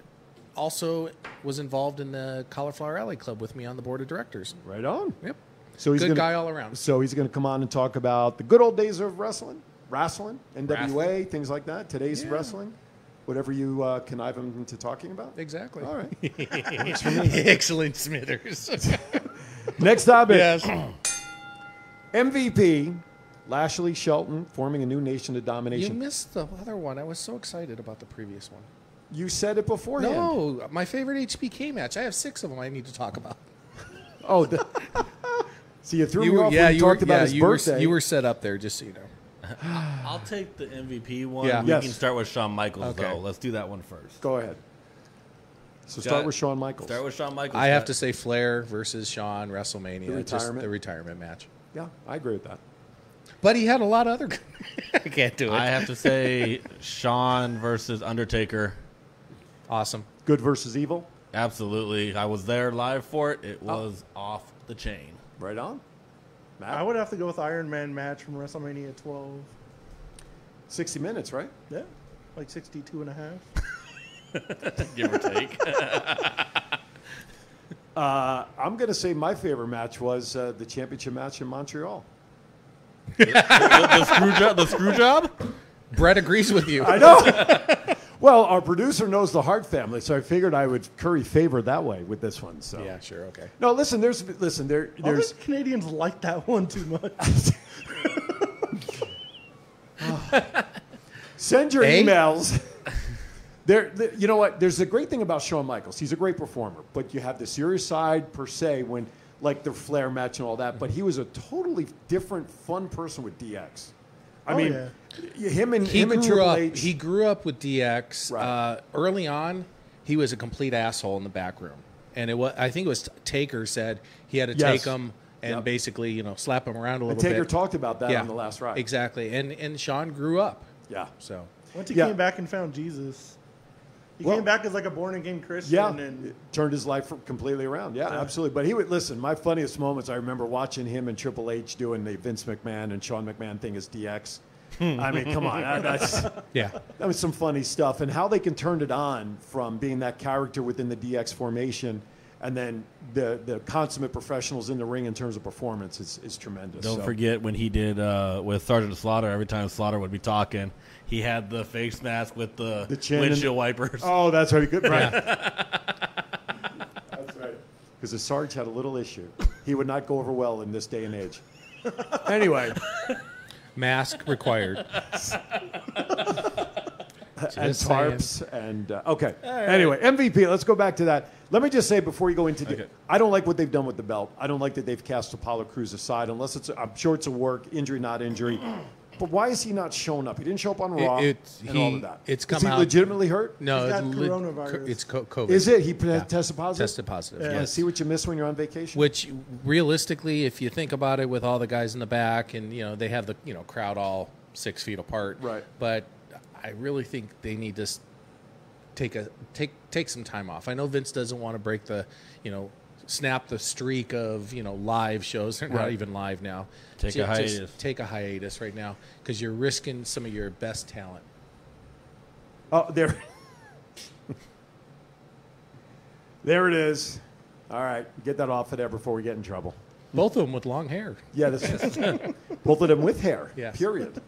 [SPEAKER 5] also was involved in the Cauliflower Alley Club with me on the board of directors.
[SPEAKER 3] right on. [laughs]
[SPEAKER 5] Yep.
[SPEAKER 3] So he's
[SPEAKER 5] Good
[SPEAKER 3] gonna,
[SPEAKER 5] guy all around.
[SPEAKER 3] So he's going to come on and talk about the good old days of wrestling, wrestling, NWA, things like that. Today's wrestling, whatever you uh, connive him into talking about.
[SPEAKER 5] Exactly.
[SPEAKER 3] All
[SPEAKER 5] [laughs]
[SPEAKER 3] right. [laughs]
[SPEAKER 5] Excellent, Smithers.
[SPEAKER 3] Next topic.
[SPEAKER 5] yes.
[SPEAKER 3] MVP Lashley Shelton forming a new nation of
[SPEAKER 5] You
[SPEAKER 3] domination.
[SPEAKER 5] missed the other one. I was so excited about the previous one.
[SPEAKER 3] You, said it beforehand.
[SPEAKER 5] No, my favorite HBK match. I have six of them I need to talk about.
[SPEAKER 3] Oh. The, [laughs] so you threw me off when you, talked about his
[SPEAKER 5] you
[SPEAKER 3] birthday.
[SPEAKER 5] Were, you were set up there, just so you know.
[SPEAKER 7] I'll take the MVP one.
[SPEAKER 5] Yeah.
[SPEAKER 7] We
[SPEAKER 3] Yes.
[SPEAKER 7] can start with Shawn Michaels,
[SPEAKER 5] Okay.
[SPEAKER 7] though. Let's do that one first.
[SPEAKER 3] Go ahead. So start
[SPEAKER 7] Got-
[SPEAKER 3] with Shawn Michaels.
[SPEAKER 7] Start with Shawn Michaels.
[SPEAKER 5] I have
[SPEAKER 7] Scott.
[SPEAKER 5] to say Flair versus Shawn WrestleMania,
[SPEAKER 3] The
[SPEAKER 5] just
[SPEAKER 3] retirement.
[SPEAKER 5] the retirement match.
[SPEAKER 3] yeah, I agree with that.
[SPEAKER 5] But he had a lot of other. [laughs] I can't do it.
[SPEAKER 7] I have to say [laughs] Shawn versus Undertaker.
[SPEAKER 5] awesome.
[SPEAKER 3] Good versus evil.
[SPEAKER 7] Absolutely. I was there live for it. It was off the chain.
[SPEAKER 3] Right on.
[SPEAKER 4] I would have to go with Iron Man match from WrestleMania 12.
[SPEAKER 3] 60 minutes, right?
[SPEAKER 4] Yeah, like 62 and a half.
[SPEAKER 7] Give or take.
[SPEAKER 3] Uh, I'm going to say my favorite match was uh, the championship match in Montreal.
[SPEAKER 7] the, [laughs] the screw job. The screw job.
[SPEAKER 5] Brett agrees with you.
[SPEAKER 3] [laughs] I know. well, our producer knows the Hart family, so I figured I would curry favor that way with this one. So
[SPEAKER 5] yeah, sure, Oh, okay.
[SPEAKER 3] No, listen. There's listen. There,
[SPEAKER 4] I
[SPEAKER 3] there's
[SPEAKER 4] think Canadians like that one too much.
[SPEAKER 3] [laughs] Send your
[SPEAKER 5] Eh?
[SPEAKER 3] emails. [laughs] there, th- you know what? There's the great thing about Shawn Michaels. He's a great performer, but you have the serious side per se when, like the Flair match and all that. But he was a totally different, fun person with DX. I
[SPEAKER 4] Oh,
[SPEAKER 3] mean,
[SPEAKER 4] yeah.
[SPEAKER 3] y- him and
[SPEAKER 5] He
[SPEAKER 3] him and
[SPEAKER 5] grew
[SPEAKER 3] Triple
[SPEAKER 5] up.
[SPEAKER 3] H.
[SPEAKER 5] He grew up with DX.
[SPEAKER 3] Right.
[SPEAKER 5] Uh, early on, he was a complete asshole in the back room, and it was. I think it was Taker said he had to
[SPEAKER 3] Yes.
[SPEAKER 5] take him and
[SPEAKER 3] Yep.
[SPEAKER 5] basically you know slap him around a
[SPEAKER 3] and
[SPEAKER 5] little
[SPEAKER 3] Taker
[SPEAKER 5] bit.
[SPEAKER 3] talked about that on the last ride.
[SPEAKER 5] Exactly, and and Sean grew up.
[SPEAKER 3] Yeah.
[SPEAKER 5] So
[SPEAKER 4] Once he
[SPEAKER 3] Yeah.
[SPEAKER 4] came back and found Jesus, he
[SPEAKER 3] Well-
[SPEAKER 4] came back as like a born again Christian.
[SPEAKER 3] Yeah,
[SPEAKER 4] and
[SPEAKER 3] it turned his life completely around. Yeah, absolutely. But he would listen. My funniest moments I remember watching him and Triple H doing the Vince McMahon and Shawn McMahon thing as DX. I mean, come on, that- [laughs] that's
[SPEAKER 5] yeah,
[SPEAKER 3] that was some funny stuff, and how they can turn it on from being that character within the DX formation, and then the the consummate professionals in the ring in terms of performance is, is tremendous.
[SPEAKER 7] Don't
[SPEAKER 3] So-
[SPEAKER 7] forget when he did uh, with Sergeant Slaughter. Every time Slaughter would be talking, he had the face mask with the,
[SPEAKER 3] The chin and-
[SPEAKER 7] windshield wipers.
[SPEAKER 3] Oh, that's right. Good, right. that's right. Because the Sarge had a little issue. He would not go over well in this day and age.
[SPEAKER 7] [laughs]
[SPEAKER 3] Anyway.
[SPEAKER 5] [laughs] mask required.
[SPEAKER 3] and
[SPEAKER 5] Just saying.
[SPEAKER 3] tarps and uh, okay. Anyway, MVP. Let's go back to that. Let me just say before you go into, the, I don't like what they've done with the belt. I don't like that they've cast Apollo Cruz aside, unless it's. I'm sure it's a work injury, not injury. But why is he not showing up? He didn't show up on
[SPEAKER 5] It-
[SPEAKER 3] Raw
[SPEAKER 5] it's-
[SPEAKER 3] and all
[SPEAKER 5] he-
[SPEAKER 3] of that.
[SPEAKER 5] it's
[SPEAKER 3] is
[SPEAKER 5] come
[SPEAKER 3] he
[SPEAKER 5] out-
[SPEAKER 3] legitimately hurt?
[SPEAKER 5] No,
[SPEAKER 4] He's got
[SPEAKER 5] it's lit-
[SPEAKER 4] coronavirus.
[SPEAKER 5] It's co- COVID.
[SPEAKER 3] Is it? He pre- tested positive.
[SPEAKER 5] Tested positive.
[SPEAKER 3] Yeah,
[SPEAKER 5] yes.
[SPEAKER 3] See what you miss when you're on vacation.
[SPEAKER 5] Which realistically, if you think about it, with all the guys in the back, and you know they have the you know crowd all six feet apart.
[SPEAKER 3] Right.
[SPEAKER 5] But I really think they need to s- take a take take some time off. I know Vince doesn't want to break the, you know, snap the streak of you know live shows. They're not
[SPEAKER 7] Right.
[SPEAKER 5] even live now.
[SPEAKER 7] Take
[SPEAKER 5] Ju-
[SPEAKER 7] a
[SPEAKER 5] just
[SPEAKER 7] hiatus.
[SPEAKER 5] take a hiatus right now because you're risking some of your best talent.
[SPEAKER 3] Oh, there. there it is. All right, get that off of there before we get in trouble.
[SPEAKER 5] Both of them with long hair.
[SPEAKER 3] Yeah, this is both of them with hair.
[SPEAKER 5] Yes.
[SPEAKER 3] Period.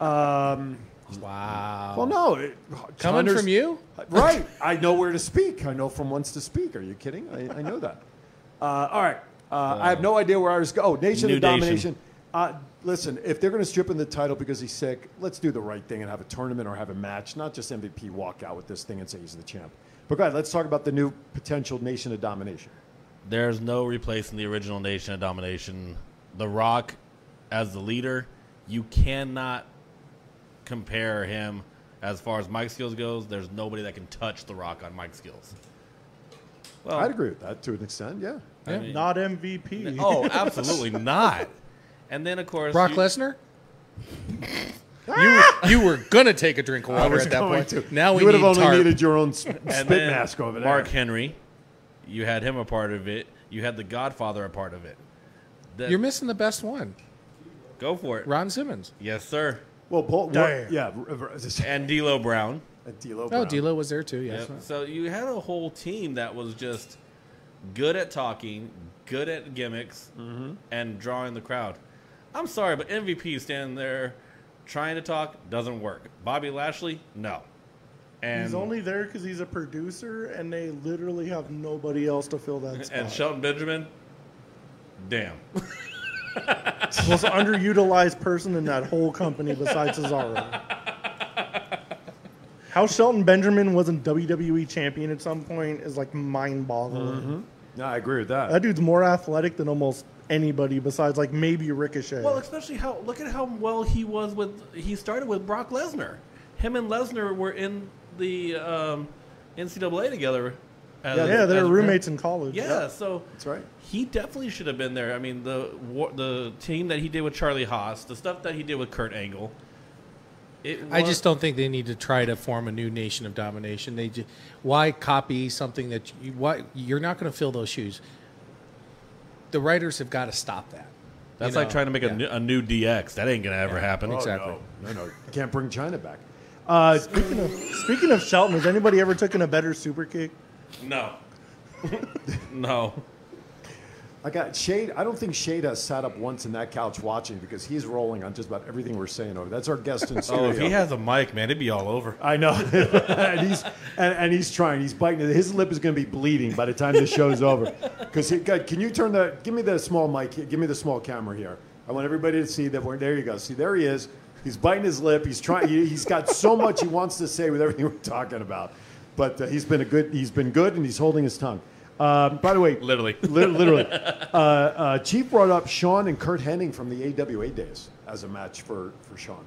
[SPEAKER 3] Um,
[SPEAKER 7] Mm.
[SPEAKER 5] wow.
[SPEAKER 3] Well, no. It,
[SPEAKER 5] Coming
[SPEAKER 3] Connor's-
[SPEAKER 5] from you?
[SPEAKER 3] [laughs] Right. I know where to speak. I know from whence to speak. Are you kidding? I, I know that. [laughs] Uh, all right. Uh, I have no idea where I was going. Oh, Nation
[SPEAKER 7] New
[SPEAKER 3] of
[SPEAKER 7] Nation.
[SPEAKER 3] Domination. Uh, listen, if they're going to strip him the title because he's sick, let's do the right thing and have a tournament or have a match, not just MVP walk out with this thing and say he's the champ. But go ahead, let's talk about the new potential Nation of Domination.
[SPEAKER 7] There's no replacing the original Nation of Domination. The Rock as the leader, you cannot compare him as far as Mike skills goes. There's nobody that can touch The Rock on Mike skills.
[SPEAKER 5] Oh.
[SPEAKER 7] Well,
[SPEAKER 3] I'd agree with that to an extent, yeah.
[SPEAKER 7] I mean-
[SPEAKER 4] Not MVP.
[SPEAKER 7] [laughs] Oh, [laughs] absolutely not. And then of course
[SPEAKER 5] Brock
[SPEAKER 7] you-
[SPEAKER 5] Lesnar. [laughs] you you were gonna take a drink of water at that point. Oh, Now we
[SPEAKER 3] you would
[SPEAKER 5] need
[SPEAKER 3] have only
[SPEAKER 5] tarp.
[SPEAKER 3] needed your own s- spit
[SPEAKER 7] and then
[SPEAKER 3] mask over there.
[SPEAKER 7] Mark Henry, you had him a part of it. You had The Godfather a part of it. The-
[SPEAKER 5] You're missing the best one,
[SPEAKER 7] go for it.
[SPEAKER 5] Ron Simmons.
[SPEAKER 7] Yes, sir.
[SPEAKER 3] Well, Paul,
[SPEAKER 4] Damn.
[SPEAKER 3] yeah, r- r- [laughs] this-
[SPEAKER 7] And D'Lo Brown.
[SPEAKER 3] D'Lo
[SPEAKER 5] Oh,
[SPEAKER 3] Brown.
[SPEAKER 5] D'Lo was there too. Yes.
[SPEAKER 7] Yep. So you had a whole team that was just good at talking, good at gimmicks, and drawing the crowd. I'm sorry, but MVP standing there trying to talk doesn't work. Bobby Lashley, no. And
[SPEAKER 4] He's only there because he's a producer, and they literally have nobody else to fill that spot.
[SPEAKER 7] and Shelton Benjamin, damn.
[SPEAKER 4] Most underutilized person in that whole company besides Cesaro. How Shelton Benjamin was not WWE E champion at some point is like mind boggling.
[SPEAKER 7] Mm-hmm.
[SPEAKER 3] No, I agree with that.
[SPEAKER 4] That dude's more athletic than almost anybody besides like maybe Ricochet.
[SPEAKER 7] [laughs] Well, especially how look at how well he was with he started with Brock Lesnar. Him and Lesnar were in the um, NCAA together. as-
[SPEAKER 4] yeah, they
[SPEAKER 7] as-
[SPEAKER 4] were roommates in college.
[SPEAKER 7] Yeah, so
[SPEAKER 3] That's right.
[SPEAKER 7] He definitely should have been there. I mean, the war, the team that he did with Charlie Haas, the stuff that he did with Kurt Angle. It
[SPEAKER 5] I
[SPEAKER 7] was-
[SPEAKER 5] just don't think they need to try to form a new nation of domination. They just, why copy something that you why you're not going to fill those shoes. The writers have got to stop that.
[SPEAKER 7] That's
[SPEAKER 5] You
[SPEAKER 7] like
[SPEAKER 5] know,
[SPEAKER 7] trying to make
[SPEAKER 5] yeah.
[SPEAKER 7] a, new, a new DX. That ain't gonna ever happen.
[SPEAKER 5] Oh, exactly.
[SPEAKER 3] No, no, no. Can't bring China back. Uh,
[SPEAKER 4] Speaking of, speaking of Shelton, has anybody ever taken a better super kick?
[SPEAKER 7] No, [laughs] no.
[SPEAKER 3] I got Shade. I don't think Shade has sat up once in that couch watching because he's rolling on just about everything we're saying over. That's our guest in studio.
[SPEAKER 7] Oh, if he has a mic, man, it'd be all over.
[SPEAKER 3] I know, [laughs] and he's and, and he's trying. He's biting. it. His lip is going to be bleeding by the time the show's over. Because God, can you turn the? Give me the small mic. here. Give me the small camera here. I want everybody to see that. We're, there you go. See, there he is. He's biting his lip. He's trying. He, he's got so much he wants to say with everything we're talking about. But uh, he's been a good. He's been good, and he's holding his tongue. Um, by the way,
[SPEAKER 7] Literally.
[SPEAKER 3] [laughs] Lit- literally. Uh, uh, Chief brought up Sean and Kurt Henning from the AWA days as a match for, for Sean.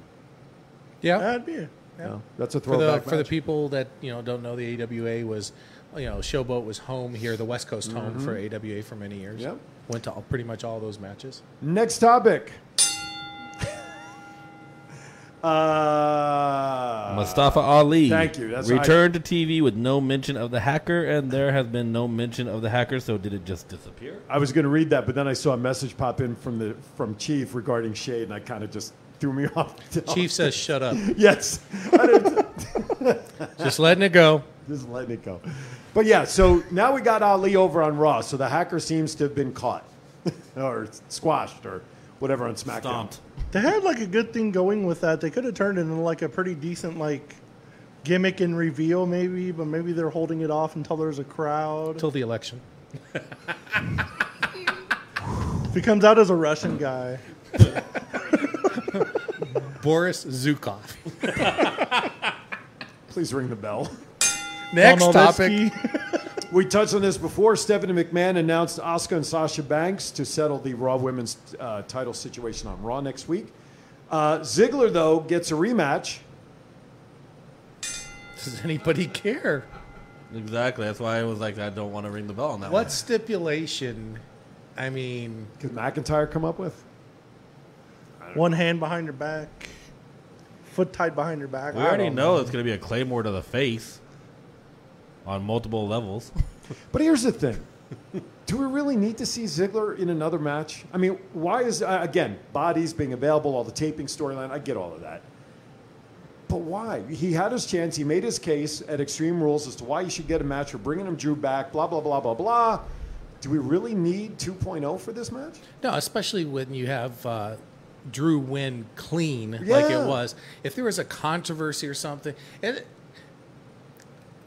[SPEAKER 5] yeah.
[SPEAKER 4] That'd be.
[SPEAKER 3] You know, that's a
[SPEAKER 5] for the
[SPEAKER 3] throwback
[SPEAKER 5] for the
[SPEAKER 3] match.
[SPEAKER 5] people that you know don't know the AWA was you know Showboat was home here the West Coast home for AWA for many years.
[SPEAKER 3] Mm-hmm. Yep.
[SPEAKER 5] Went to all, pretty much all those matches.
[SPEAKER 3] Next topic. [laughs] uh,
[SPEAKER 7] Mustafa Ali.
[SPEAKER 3] Thank you. That's-
[SPEAKER 7] returned to TV with no mention of the hacker, and there has been no mention of the hacker. So did it just disappear?
[SPEAKER 3] I was going to read that, but then I saw a message pop in from the from Chief regarding Shade, and I kind of just threw me [laughs] off.
[SPEAKER 5] [laughs] Chief says shut
[SPEAKER 3] [laughs]
[SPEAKER 5] up.
[SPEAKER 3] yes, I didn't, [laughs]
[SPEAKER 5] Just letting it go.
[SPEAKER 3] just letting it go. But yeah, so now we got Ali over on Raw, so the hacker seems to have been caught [laughs] or squashed or whatever on SmackDown.
[SPEAKER 7] Stomped.
[SPEAKER 4] They had like a good thing going with that. They could have turned it into like a pretty decent like gimmick and reveal maybe, but maybe they're holding it off until there's a crowd.
[SPEAKER 5] Till the election.
[SPEAKER 4] If he comes out as a Russian guy,
[SPEAKER 5] Boris Zukov. [laughs]
[SPEAKER 3] Please ring the bell.
[SPEAKER 5] Next
[SPEAKER 4] Tom
[SPEAKER 5] topic.
[SPEAKER 4] Nowitzki, [laughs]
[SPEAKER 3] We touched on this before. Stephanie McMahon announced Oscar and Sasha Banks to settle the Raw Women's uh, title situation on Raw next week. Uh, Ziggler, though, gets a rematch.
[SPEAKER 5] Does anybody care?
[SPEAKER 7] Exactly. That's why I was like, I don't want to ring the bell on that.
[SPEAKER 5] What stipulation? I mean,
[SPEAKER 3] Could McIntyre come up with?
[SPEAKER 4] one hand behind your back. foot tied behind your back.
[SPEAKER 7] We
[SPEAKER 4] I
[SPEAKER 7] already
[SPEAKER 4] don't
[SPEAKER 7] know it's going to be a claymore to the face on multiple [laughs] levels.
[SPEAKER 3] But here's the thing. [laughs] Do we really need to see Ziggler in another match? I mean, why is, uh, again, bodies being available, all the taping storyline, I get all of that. But why? He had his chance. He made his case at Extreme Rules as to why you should get a match for bringing him Drew back, blah, blah, blah, blah, blah. Do we really need 2.0 for this match?
[SPEAKER 5] No, especially when you have uh, Drew win clean like
[SPEAKER 3] Yeah.
[SPEAKER 5] it was. If there was a controversy or something, and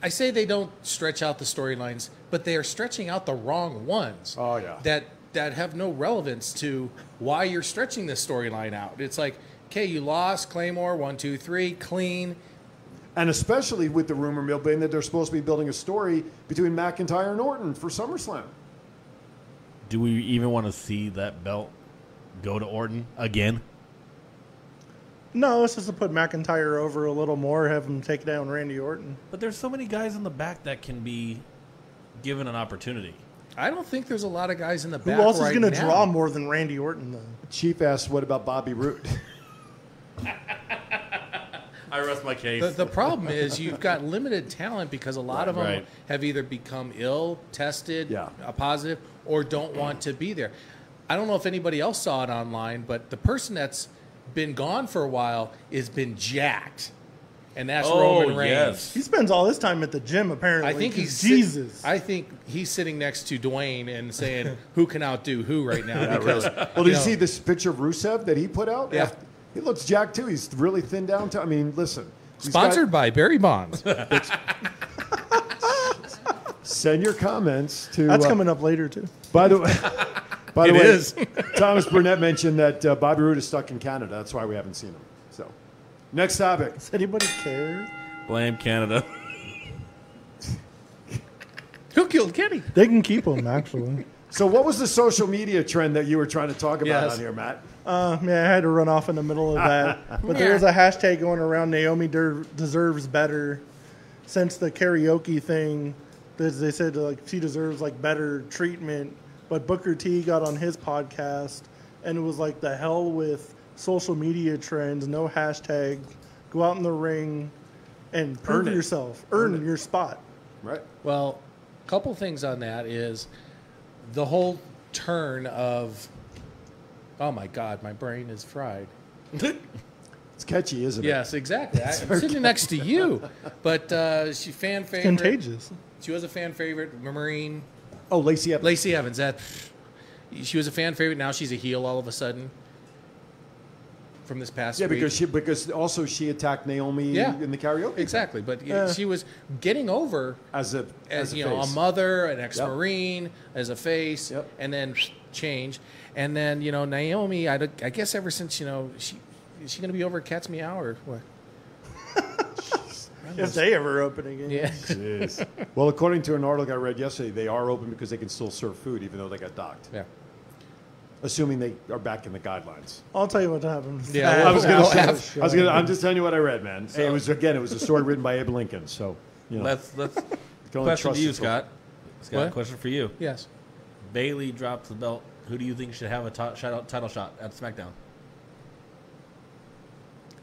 [SPEAKER 5] I say they don't stretch out the storylines, but they are stretching out the wrong ones.
[SPEAKER 3] Oh, yeah.
[SPEAKER 5] That that have no relevance to why you're stretching this storyline out. It's like, okay, you lost Claymore one, two, three, clean.
[SPEAKER 3] And especially with the rumor mill being that they're supposed to be building a story between McIntyre and Orton for SummerSlam.
[SPEAKER 7] Do we even want to see that belt go to Orton again?
[SPEAKER 4] No, it's just to put McIntyre over a little more, have him take down Randy Orton.
[SPEAKER 7] But there's so many guys in the back that can be given an opportunity.
[SPEAKER 5] I don't think there's a lot of guys in the
[SPEAKER 4] Who
[SPEAKER 5] back.
[SPEAKER 4] else is
[SPEAKER 5] right
[SPEAKER 4] going to
[SPEAKER 5] now.
[SPEAKER 4] draw more than Randy Orton, though?
[SPEAKER 3] Chief asks, what about Bobby Roode?
[SPEAKER 7] I rest my case.
[SPEAKER 5] The, the problem is you've got limited talent because a lot of them
[SPEAKER 7] Right.
[SPEAKER 5] have either become ill, tested,
[SPEAKER 3] Yeah.
[SPEAKER 5] a positive, or don't want to be there. I don't know if anybody else saw it online, but the person that's been gone for a while has been jacked, and that's
[SPEAKER 7] Oh,
[SPEAKER 5] Roman Reigns.
[SPEAKER 7] yes.
[SPEAKER 4] He spends all his time at the gym, apparently.
[SPEAKER 5] I think
[SPEAKER 4] 'cause
[SPEAKER 5] he's sit-
[SPEAKER 4] Jesus.
[SPEAKER 5] I think he's sitting next to Dwayne and saying, "Who can outdo who
[SPEAKER 3] [laughs]
[SPEAKER 5] right now?" because
[SPEAKER 3] Well, did you
[SPEAKER 5] know,
[SPEAKER 3] see this picture of Rusev that he put out?
[SPEAKER 5] Yeah.
[SPEAKER 3] He looks jacked too. He's really thin down to. I mean, listen. he's got-
[SPEAKER 5] sponsored by
[SPEAKER 3] [laughs]
[SPEAKER 5] Barry Bonds.
[SPEAKER 3] send your comments to.
[SPEAKER 4] That's
[SPEAKER 3] uh,
[SPEAKER 4] coming up later, too.
[SPEAKER 3] By the
[SPEAKER 5] [laughs]
[SPEAKER 3] way, by the
[SPEAKER 5] It
[SPEAKER 3] way,
[SPEAKER 5] is.
[SPEAKER 3] [laughs] Thomas Burnett mentioned that uh, Bobby Roode is stuck in Canada. That's why we haven't seen him. So, next topic.
[SPEAKER 4] Does anybody care?
[SPEAKER 7] Blame [laughs] Canada.
[SPEAKER 5] who killed Kenny?
[SPEAKER 4] They can keep
[SPEAKER 5] [laughs]
[SPEAKER 4] him, actually.
[SPEAKER 3] So, what was the social media trend that you were trying to talk about
[SPEAKER 5] Yes.
[SPEAKER 3] on here, Matt?
[SPEAKER 4] Uh, man, I had to run off in the middle of that.
[SPEAKER 3] [laughs]
[SPEAKER 4] But there's a hashtag going around Naomi der- deserves better since the karaoke thing. As they said, like she deserves like better treatment. But Booker T got on his podcast and it was like the hell with social media trends. No hashtag. Go out in the ring and prove
[SPEAKER 3] Earn it.
[SPEAKER 4] yourself. Earn, your spot.
[SPEAKER 3] Right.
[SPEAKER 5] Well, a couple things on that is the whole turn of oh my god, my brain is fried.
[SPEAKER 3] It's catchy, isn't it?
[SPEAKER 5] Yes, exactly. I, am sitting next
[SPEAKER 3] [laughs]
[SPEAKER 5] to you, but uh, she fan favorite.
[SPEAKER 4] Contagious.
[SPEAKER 5] She was a fan favorite. Marine
[SPEAKER 3] Oh, Lacey Evans.
[SPEAKER 5] Lacey Evans. That she was a fan favorite. Now she's a heel all of a sudden. From this past
[SPEAKER 3] Yeah,
[SPEAKER 5] week.
[SPEAKER 3] because she because also she attacked Naomi
[SPEAKER 5] Yeah.
[SPEAKER 3] in the karaoke
[SPEAKER 5] exactly, but she was getting over
[SPEAKER 3] as a as,
[SPEAKER 5] as,
[SPEAKER 3] a
[SPEAKER 5] you know, a
[SPEAKER 3] face.
[SPEAKER 5] mother, an ex-marine, as a face,
[SPEAKER 3] Yep.
[SPEAKER 5] and then change, and then you know Naomi. I, don't- I guess ever since you know she is she gonna be over at Cat's Meow or what?
[SPEAKER 4] If they ever open again.
[SPEAKER 5] Yeah,
[SPEAKER 3] Jeez. well, according to an article I read yesterday, they are open because they can still serve food even though they got docked,
[SPEAKER 5] yeah.
[SPEAKER 3] assuming they are back in the guidelines.
[SPEAKER 4] I'll tell you what happened.
[SPEAKER 5] Yeah,
[SPEAKER 3] I was gonna
[SPEAKER 4] [laughs]
[SPEAKER 5] Well,
[SPEAKER 3] say, I
[SPEAKER 5] after-
[SPEAKER 3] was gonna, I'm just telling you what I read, man. Hey, it was again, it was a story written by Abe Lincoln, so you know,
[SPEAKER 7] Let's [laughs] let's
[SPEAKER 3] can only
[SPEAKER 7] question
[SPEAKER 3] trust
[SPEAKER 7] to you,
[SPEAKER 3] the folk.
[SPEAKER 7] Scott. Scott,
[SPEAKER 5] What?
[SPEAKER 7] question for you.
[SPEAKER 5] Yes.
[SPEAKER 7] Bailey drops the belt. Who do you think should have a ti- shout out, title shot at [laughs] SmackDown?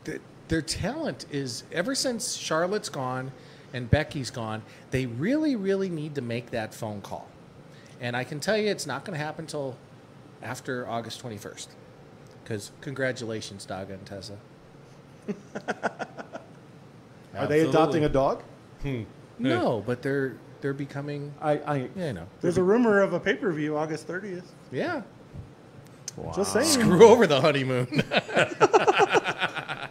[SPEAKER 5] Th- Their talent is ever since Charlotte's gone and Becky's gone. They really, really need to make that phone call, and I can tell you it's not gonna happen till after August 21st. Because congratulations, Daga and Tessa.
[SPEAKER 3] Are they adopting a dog?
[SPEAKER 5] No, but they're they're becoming.
[SPEAKER 3] I, I
[SPEAKER 5] Yeah, I know.
[SPEAKER 4] There's a rumor of a pay per view August 30th.
[SPEAKER 5] Yeah.
[SPEAKER 4] Just saying.
[SPEAKER 5] We're over the honeymoon.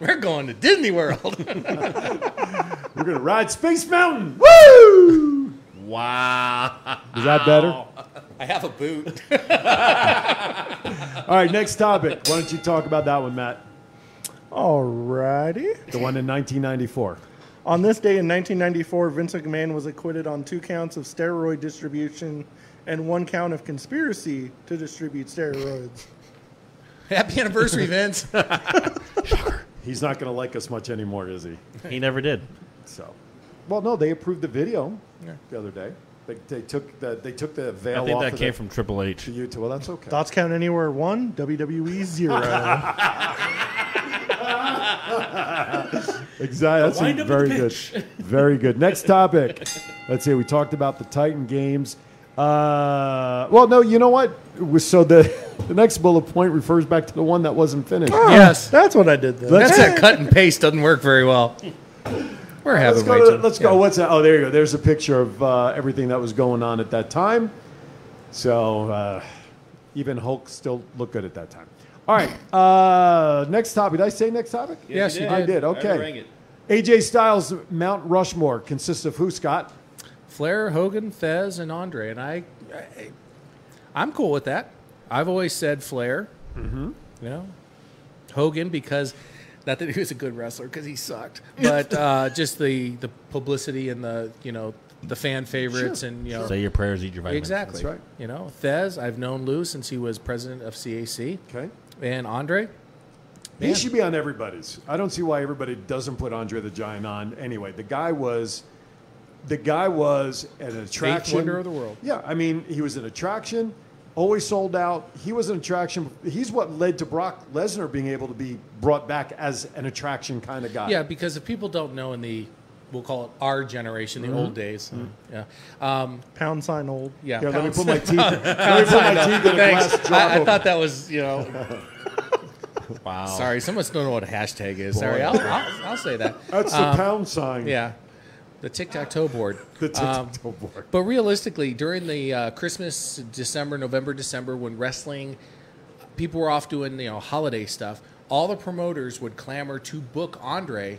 [SPEAKER 5] [laughs] We're going to Disney World.
[SPEAKER 3] we're gonna ride Space Mountain. Woo!
[SPEAKER 7] Wow.
[SPEAKER 3] Is that better? All
[SPEAKER 5] I have
[SPEAKER 3] [laughs]
[SPEAKER 5] a boot.
[SPEAKER 3] right, next topic. Why don't you talk about that one, Matt?
[SPEAKER 4] Alrighty.
[SPEAKER 3] The one in 1994.
[SPEAKER 4] On this day in 1994, Vince McMahon was acquitted on two counts of steroid distribution and one count of conspiracy to distribute steroids.
[SPEAKER 5] Happy anniversary, Vince.
[SPEAKER 3] He's not gonna like us much anymore, is he?
[SPEAKER 7] he never did.
[SPEAKER 3] So, well, no, they approved the video the other day. They, they took the they took the veil
[SPEAKER 7] I think
[SPEAKER 3] off
[SPEAKER 7] that
[SPEAKER 3] of
[SPEAKER 7] came
[SPEAKER 3] the,
[SPEAKER 7] from Triple H.
[SPEAKER 3] the YouTube. Well, that's okay.
[SPEAKER 4] Thoughts count
[SPEAKER 5] [laughs]
[SPEAKER 4] E, anywhere one, WWE zero.
[SPEAKER 3] Exactly.
[SPEAKER 7] Wind
[SPEAKER 3] That's
[SPEAKER 7] up
[SPEAKER 3] very
[SPEAKER 7] the
[SPEAKER 3] good.
[SPEAKER 7] pitch. [laughs]
[SPEAKER 3] Very good. Next topic. Let's see. We talked about the Titan games. Uh, well, no, you know what? It was- So the, [laughs] the next bullet point refers back to the one that wasn't finished.
[SPEAKER 5] Yes.
[SPEAKER 4] That's what I did then.
[SPEAKER 5] That's that cut and paste doesn't work very well. We're
[SPEAKER 3] Let's
[SPEAKER 5] having way
[SPEAKER 3] go. To,
[SPEAKER 5] too.
[SPEAKER 3] let's go. What's that? Oh, there you go. There's a picture of uh, everything that was going on at that time. So uh, even Hulk still looked good at that time. All right. Uh, next topic. Did I say next topic?
[SPEAKER 5] Yes, you
[SPEAKER 3] I
[SPEAKER 5] did.
[SPEAKER 3] did. Okay. AJ Styles Mount Rushmore consists of who, Scott?
[SPEAKER 5] Flair, Hogan, Fez, and Andre, and I, I I'm cool with that. I've always said Flair. Mm-hmm. You know, Hogan because not that he was a good wrestler because he sucked, but uh, just the the publicity and the you know the fan favorites and you know
[SPEAKER 7] Say your prayers, eat your vitamins.
[SPEAKER 5] exactly
[SPEAKER 3] That's right.
[SPEAKER 5] You know, Fez. I've known Lou since he was president of CAC,
[SPEAKER 3] Okay.
[SPEAKER 5] and Andre.
[SPEAKER 3] He should be on everybody's. I don't see why everybody doesn't put Andre the Giant on. Anyway, the guy was, the guy was an attraction.
[SPEAKER 5] wonder of the world.
[SPEAKER 3] Yeah, I mean, he was an attraction. Always sold out. He was an attraction. He's what led to Brock Lesnar being able to be brought back as an attraction kind of guy.
[SPEAKER 5] Yeah, because if people don't know in the, we'll call it our generation, the
[SPEAKER 3] Mm-hmm.
[SPEAKER 5] old days. uh, yeah. Um,
[SPEAKER 4] Pound sign old.
[SPEAKER 5] yeah.
[SPEAKER 3] Here, let me
[SPEAKER 5] pound-
[SPEAKER 3] put my teeth. let
[SPEAKER 5] [laughs]
[SPEAKER 3] me put my
[SPEAKER 5] I know.
[SPEAKER 3] teeth in a
[SPEAKER 5] Thanks.
[SPEAKER 3] glass jar.
[SPEAKER 5] I, I
[SPEAKER 3] opener.
[SPEAKER 5] thought that was, you know,
[SPEAKER 3] [laughs]
[SPEAKER 7] Wow.
[SPEAKER 5] sorry, someone don't know what a hashtag is. Sorry, I'll, I'll, I'll
[SPEAKER 3] [laughs]
[SPEAKER 5] say that.
[SPEAKER 3] That's the pound sign.
[SPEAKER 5] um, Yeah. The tic tac toe board.
[SPEAKER 3] The tic
[SPEAKER 5] Um,
[SPEAKER 3] tac toe board.
[SPEAKER 5] But realistically, during the uh, Christmas, December, November, December, when wrestling, people were off doing you know holiday stuff. All the promoters would clamor to book Andre,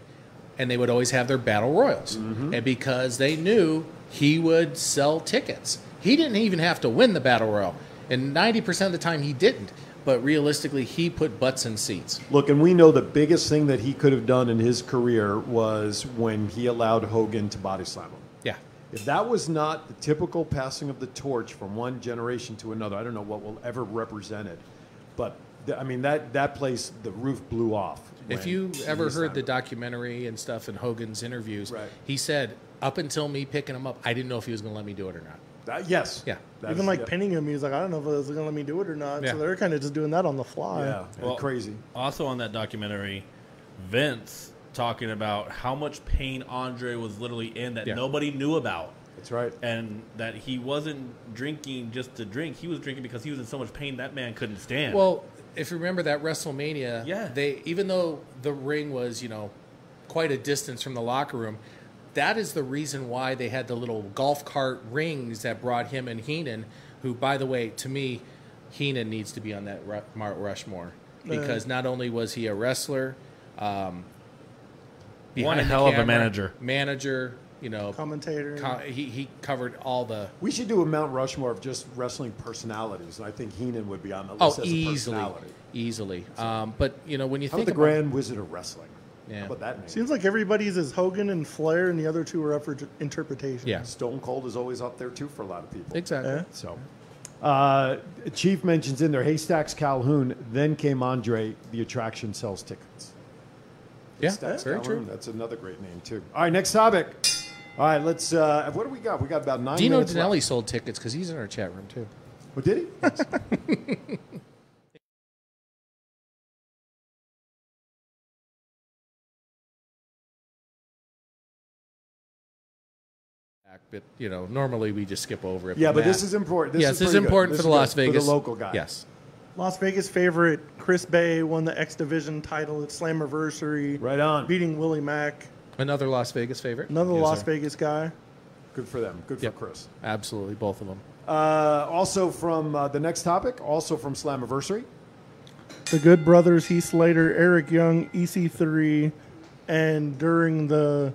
[SPEAKER 5] and they would always have their battle royals, and because they knew he would sell tickets, he didn't even have to win the battle royal, and ninety percent of the time he didn't. But realistically, he put butts in seats.
[SPEAKER 3] Look, and we know the biggest thing that he could have done in his career was when he allowed Hogan to body slam him.
[SPEAKER 5] Yeah,
[SPEAKER 3] If that was not the typical passing of the torch from one generation to another, I don't know what will ever represent it. But th- I mean, that, that place, the roof blew off.
[SPEAKER 5] If
[SPEAKER 3] when
[SPEAKER 5] you
[SPEAKER 3] he
[SPEAKER 5] ever
[SPEAKER 3] was
[SPEAKER 5] heard
[SPEAKER 3] not-
[SPEAKER 5] the documentary and stuff in Hogan's interviews,
[SPEAKER 3] Right.
[SPEAKER 5] he said, up until me picking him up, I didn't know if he was going to let me do it or not.
[SPEAKER 3] That- yes.
[SPEAKER 5] Yeah.
[SPEAKER 3] That
[SPEAKER 4] Even
[SPEAKER 3] is-
[SPEAKER 4] like
[SPEAKER 3] yeah.
[SPEAKER 4] pinning him, he's like, I don't know if it's gonna let me do it or not.
[SPEAKER 5] Yeah.
[SPEAKER 4] So they're kind of just doing that on the fly.
[SPEAKER 3] Yeah,
[SPEAKER 7] Well,
[SPEAKER 3] crazy.
[SPEAKER 7] Also on that documentary, Vince talking about how much pain Andre was literally in that
[SPEAKER 5] Yeah.
[SPEAKER 7] nobody knew about.
[SPEAKER 3] That's right.
[SPEAKER 7] And that he wasn't drinking just to drink. He was drinking because he was in so much pain that man couldn't stand.
[SPEAKER 5] Well, if you remember that WrestleMania,
[SPEAKER 7] Yeah.
[SPEAKER 5] they even though the ring was you know quite a distance from the locker room, that is the reason why they had the little golf cart rings that brought him and Heenan, who by the way, to me, Heenan needs to be on that Ru- Mount Rushmore because not only was he a wrestler, um,
[SPEAKER 7] One
[SPEAKER 5] behind the
[SPEAKER 7] hell of a
[SPEAKER 5] camera,
[SPEAKER 7] manator.
[SPEAKER 5] manager, you know,
[SPEAKER 4] Commentator.
[SPEAKER 5] co- he he covered all the
[SPEAKER 3] We should do a Mount Rushmore of just wrestling personalities, and I think Heenan would be on the
[SPEAKER 5] oh
[SPEAKER 3] list as a
[SPEAKER 5] easily
[SPEAKER 3] personality.
[SPEAKER 5] easily. Um, but you know when you
[SPEAKER 3] How about
[SPEAKER 5] think
[SPEAKER 3] the
[SPEAKER 5] about
[SPEAKER 3] Grand Wizard of Wrestling?
[SPEAKER 5] Yeah.
[SPEAKER 3] How about that name?
[SPEAKER 4] Seems like everybody's is Hogan and Flair, and the other two are up for interpretation.
[SPEAKER 5] yeah
[SPEAKER 3] Stone Cold is always up there too for a lot of people.
[SPEAKER 5] exactly.
[SPEAKER 4] Yeah.
[SPEAKER 3] So, uh, Chief mentions in there Haystacks Calhoun, then came Andre, the attraction sells tickets.
[SPEAKER 5] Yeah,
[SPEAKER 3] Haystacks
[SPEAKER 5] very
[SPEAKER 3] Calhoun,
[SPEAKER 5] true.
[SPEAKER 3] That's another great name, too. All right, next topic. All right, let's. Uh, what do we got? We got about nine
[SPEAKER 5] Dino
[SPEAKER 3] minutes.
[SPEAKER 5] Danelli
[SPEAKER 3] left.
[SPEAKER 5] sold tickets because he's in our chat room too.
[SPEAKER 3] Oh,
[SPEAKER 5] [laughs]
[SPEAKER 3] did he?
[SPEAKER 5] But you know, normally we just skip over it.
[SPEAKER 3] yeah, but
[SPEAKER 5] Matt-
[SPEAKER 3] this is important. This
[SPEAKER 5] yes,
[SPEAKER 3] is
[SPEAKER 5] this is
[SPEAKER 3] pretty good.
[SPEAKER 5] important
[SPEAKER 3] This
[SPEAKER 5] for
[SPEAKER 3] is
[SPEAKER 5] the
[SPEAKER 3] good
[SPEAKER 5] Las Vegas
[SPEAKER 3] For the local guy.
[SPEAKER 5] Yes,
[SPEAKER 4] Las Vegas favorite Chris Bay won the X Division title at Slammiversary,
[SPEAKER 3] Right on.
[SPEAKER 4] beating Willie Mack,
[SPEAKER 5] another Las Vegas favorite.
[SPEAKER 4] another
[SPEAKER 5] Yes,
[SPEAKER 4] Las
[SPEAKER 5] sir.
[SPEAKER 4] Vegas guy.
[SPEAKER 3] Good for them. Good for
[SPEAKER 5] Yep.
[SPEAKER 3] Chris.
[SPEAKER 5] Absolutely, both of them.
[SPEAKER 3] Uh, also from uh, the next topic, also from Slammiversary.
[SPEAKER 4] The Good Brothers, Heath Slater, Eric Young, EC3, and during the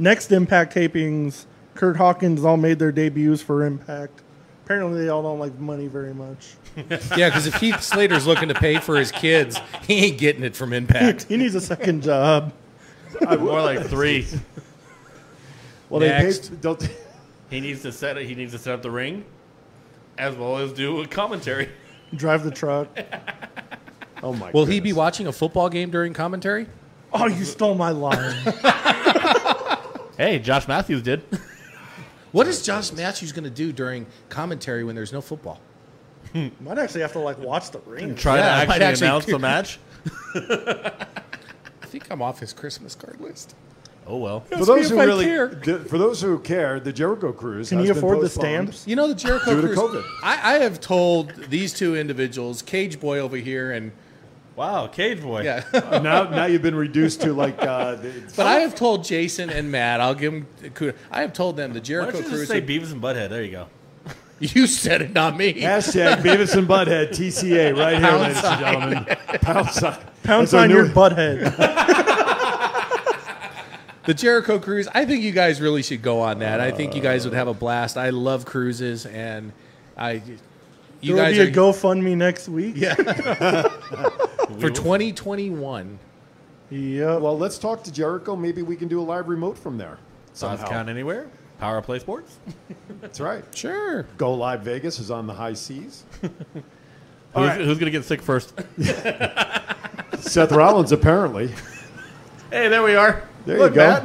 [SPEAKER 4] next Impact tapings, Kurt Hawkins all made their debuts for Impact. Apparently, they all don't like money very much. [laughs]
[SPEAKER 5] yeah, because if Heath Slater's looking to pay for his kids, he ain't getting it from Impact.
[SPEAKER 4] He needs a second job.
[SPEAKER 7] more like [laughs] three.
[SPEAKER 3] Well,
[SPEAKER 5] Next.
[SPEAKER 3] they paid,
[SPEAKER 5] [laughs]
[SPEAKER 3] don't.
[SPEAKER 7] He needs to set it. He needs to set up the ring, as well as do a commentary.
[SPEAKER 4] Drive the truck.
[SPEAKER 3] Oh my.
[SPEAKER 5] Will he be
[SPEAKER 3] goodness.
[SPEAKER 5] watching a football game during commentary?
[SPEAKER 4] Oh, you stole my line.
[SPEAKER 7] [laughs]
[SPEAKER 3] [laughs]
[SPEAKER 7] Hey, Josh Matthews did.
[SPEAKER 5] What is Josh Matthews going to do during commentary when there's no football?
[SPEAKER 4] Might actually have to like watch the ring.
[SPEAKER 7] Try
[SPEAKER 5] Yeah, I
[SPEAKER 7] to
[SPEAKER 5] might
[SPEAKER 7] actually
[SPEAKER 5] actually-
[SPEAKER 7] announce the match.
[SPEAKER 5] I think I'm off his Christmas card list.
[SPEAKER 7] Oh well.
[SPEAKER 3] For those who really, d- for those who care, the Jericho Cruise.
[SPEAKER 4] Can
[SPEAKER 3] has
[SPEAKER 4] you
[SPEAKER 3] been
[SPEAKER 4] afford the
[SPEAKER 3] postponed.
[SPEAKER 4] stamps?
[SPEAKER 5] You know the Jericho
[SPEAKER 3] Due to
[SPEAKER 5] Cruise-
[SPEAKER 3] COVID.
[SPEAKER 5] I, I have told these two individuals, Cage Boy over here, and
[SPEAKER 7] [laughs] wow, Cage Boy. [laughs]
[SPEAKER 5] Yeah,
[SPEAKER 3] now, now you've been reduced to like. Uh, the,
[SPEAKER 5] but I have told Jason and Matt. I'll give them. kudos. I have told them the
[SPEAKER 7] Why don't
[SPEAKER 5] Jericho
[SPEAKER 7] you just
[SPEAKER 5] Cruise.
[SPEAKER 7] say Beavis and Butthead? There you go.
[SPEAKER 5] [laughs] you said it, not me.
[SPEAKER 3] Hashtag Beavis and Butthead TCA right here,
[SPEAKER 5] Pound
[SPEAKER 3] ladies and gentlemen.
[SPEAKER 5] [laughs]
[SPEAKER 3] Pound sign.
[SPEAKER 4] Pound
[SPEAKER 3] That's our
[SPEAKER 4] sign your
[SPEAKER 3] new- [laughs]
[SPEAKER 4] butthead.
[SPEAKER 5] The Jericho Cruise. I think you guys really should go on that. I think you guys would have a blast. I love cruises, and I. You
[SPEAKER 4] There'll
[SPEAKER 5] guys
[SPEAKER 4] be
[SPEAKER 5] are
[SPEAKER 4] a GoFundMe next week.
[SPEAKER 5] Yeah. for 2021.
[SPEAKER 4] Yep.
[SPEAKER 3] Well, let's talk to Jericho. Maybe we can do a live remote from there.
[SPEAKER 7] Sounds
[SPEAKER 3] Somehow.
[SPEAKER 7] count anywhere. Power Play Sports.
[SPEAKER 3] That's
[SPEAKER 5] [laughs]
[SPEAKER 3] right.
[SPEAKER 5] Sure.
[SPEAKER 3] Go Live Vegas is on the high seas. All
[SPEAKER 7] Who's,
[SPEAKER 3] right.
[SPEAKER 7] who's gonna get sick first?
[SPEAKER 3] Seth Rollins, apparently.
[SPEAKER 7] hey, there we are.
[SPEAKER 3] There you go.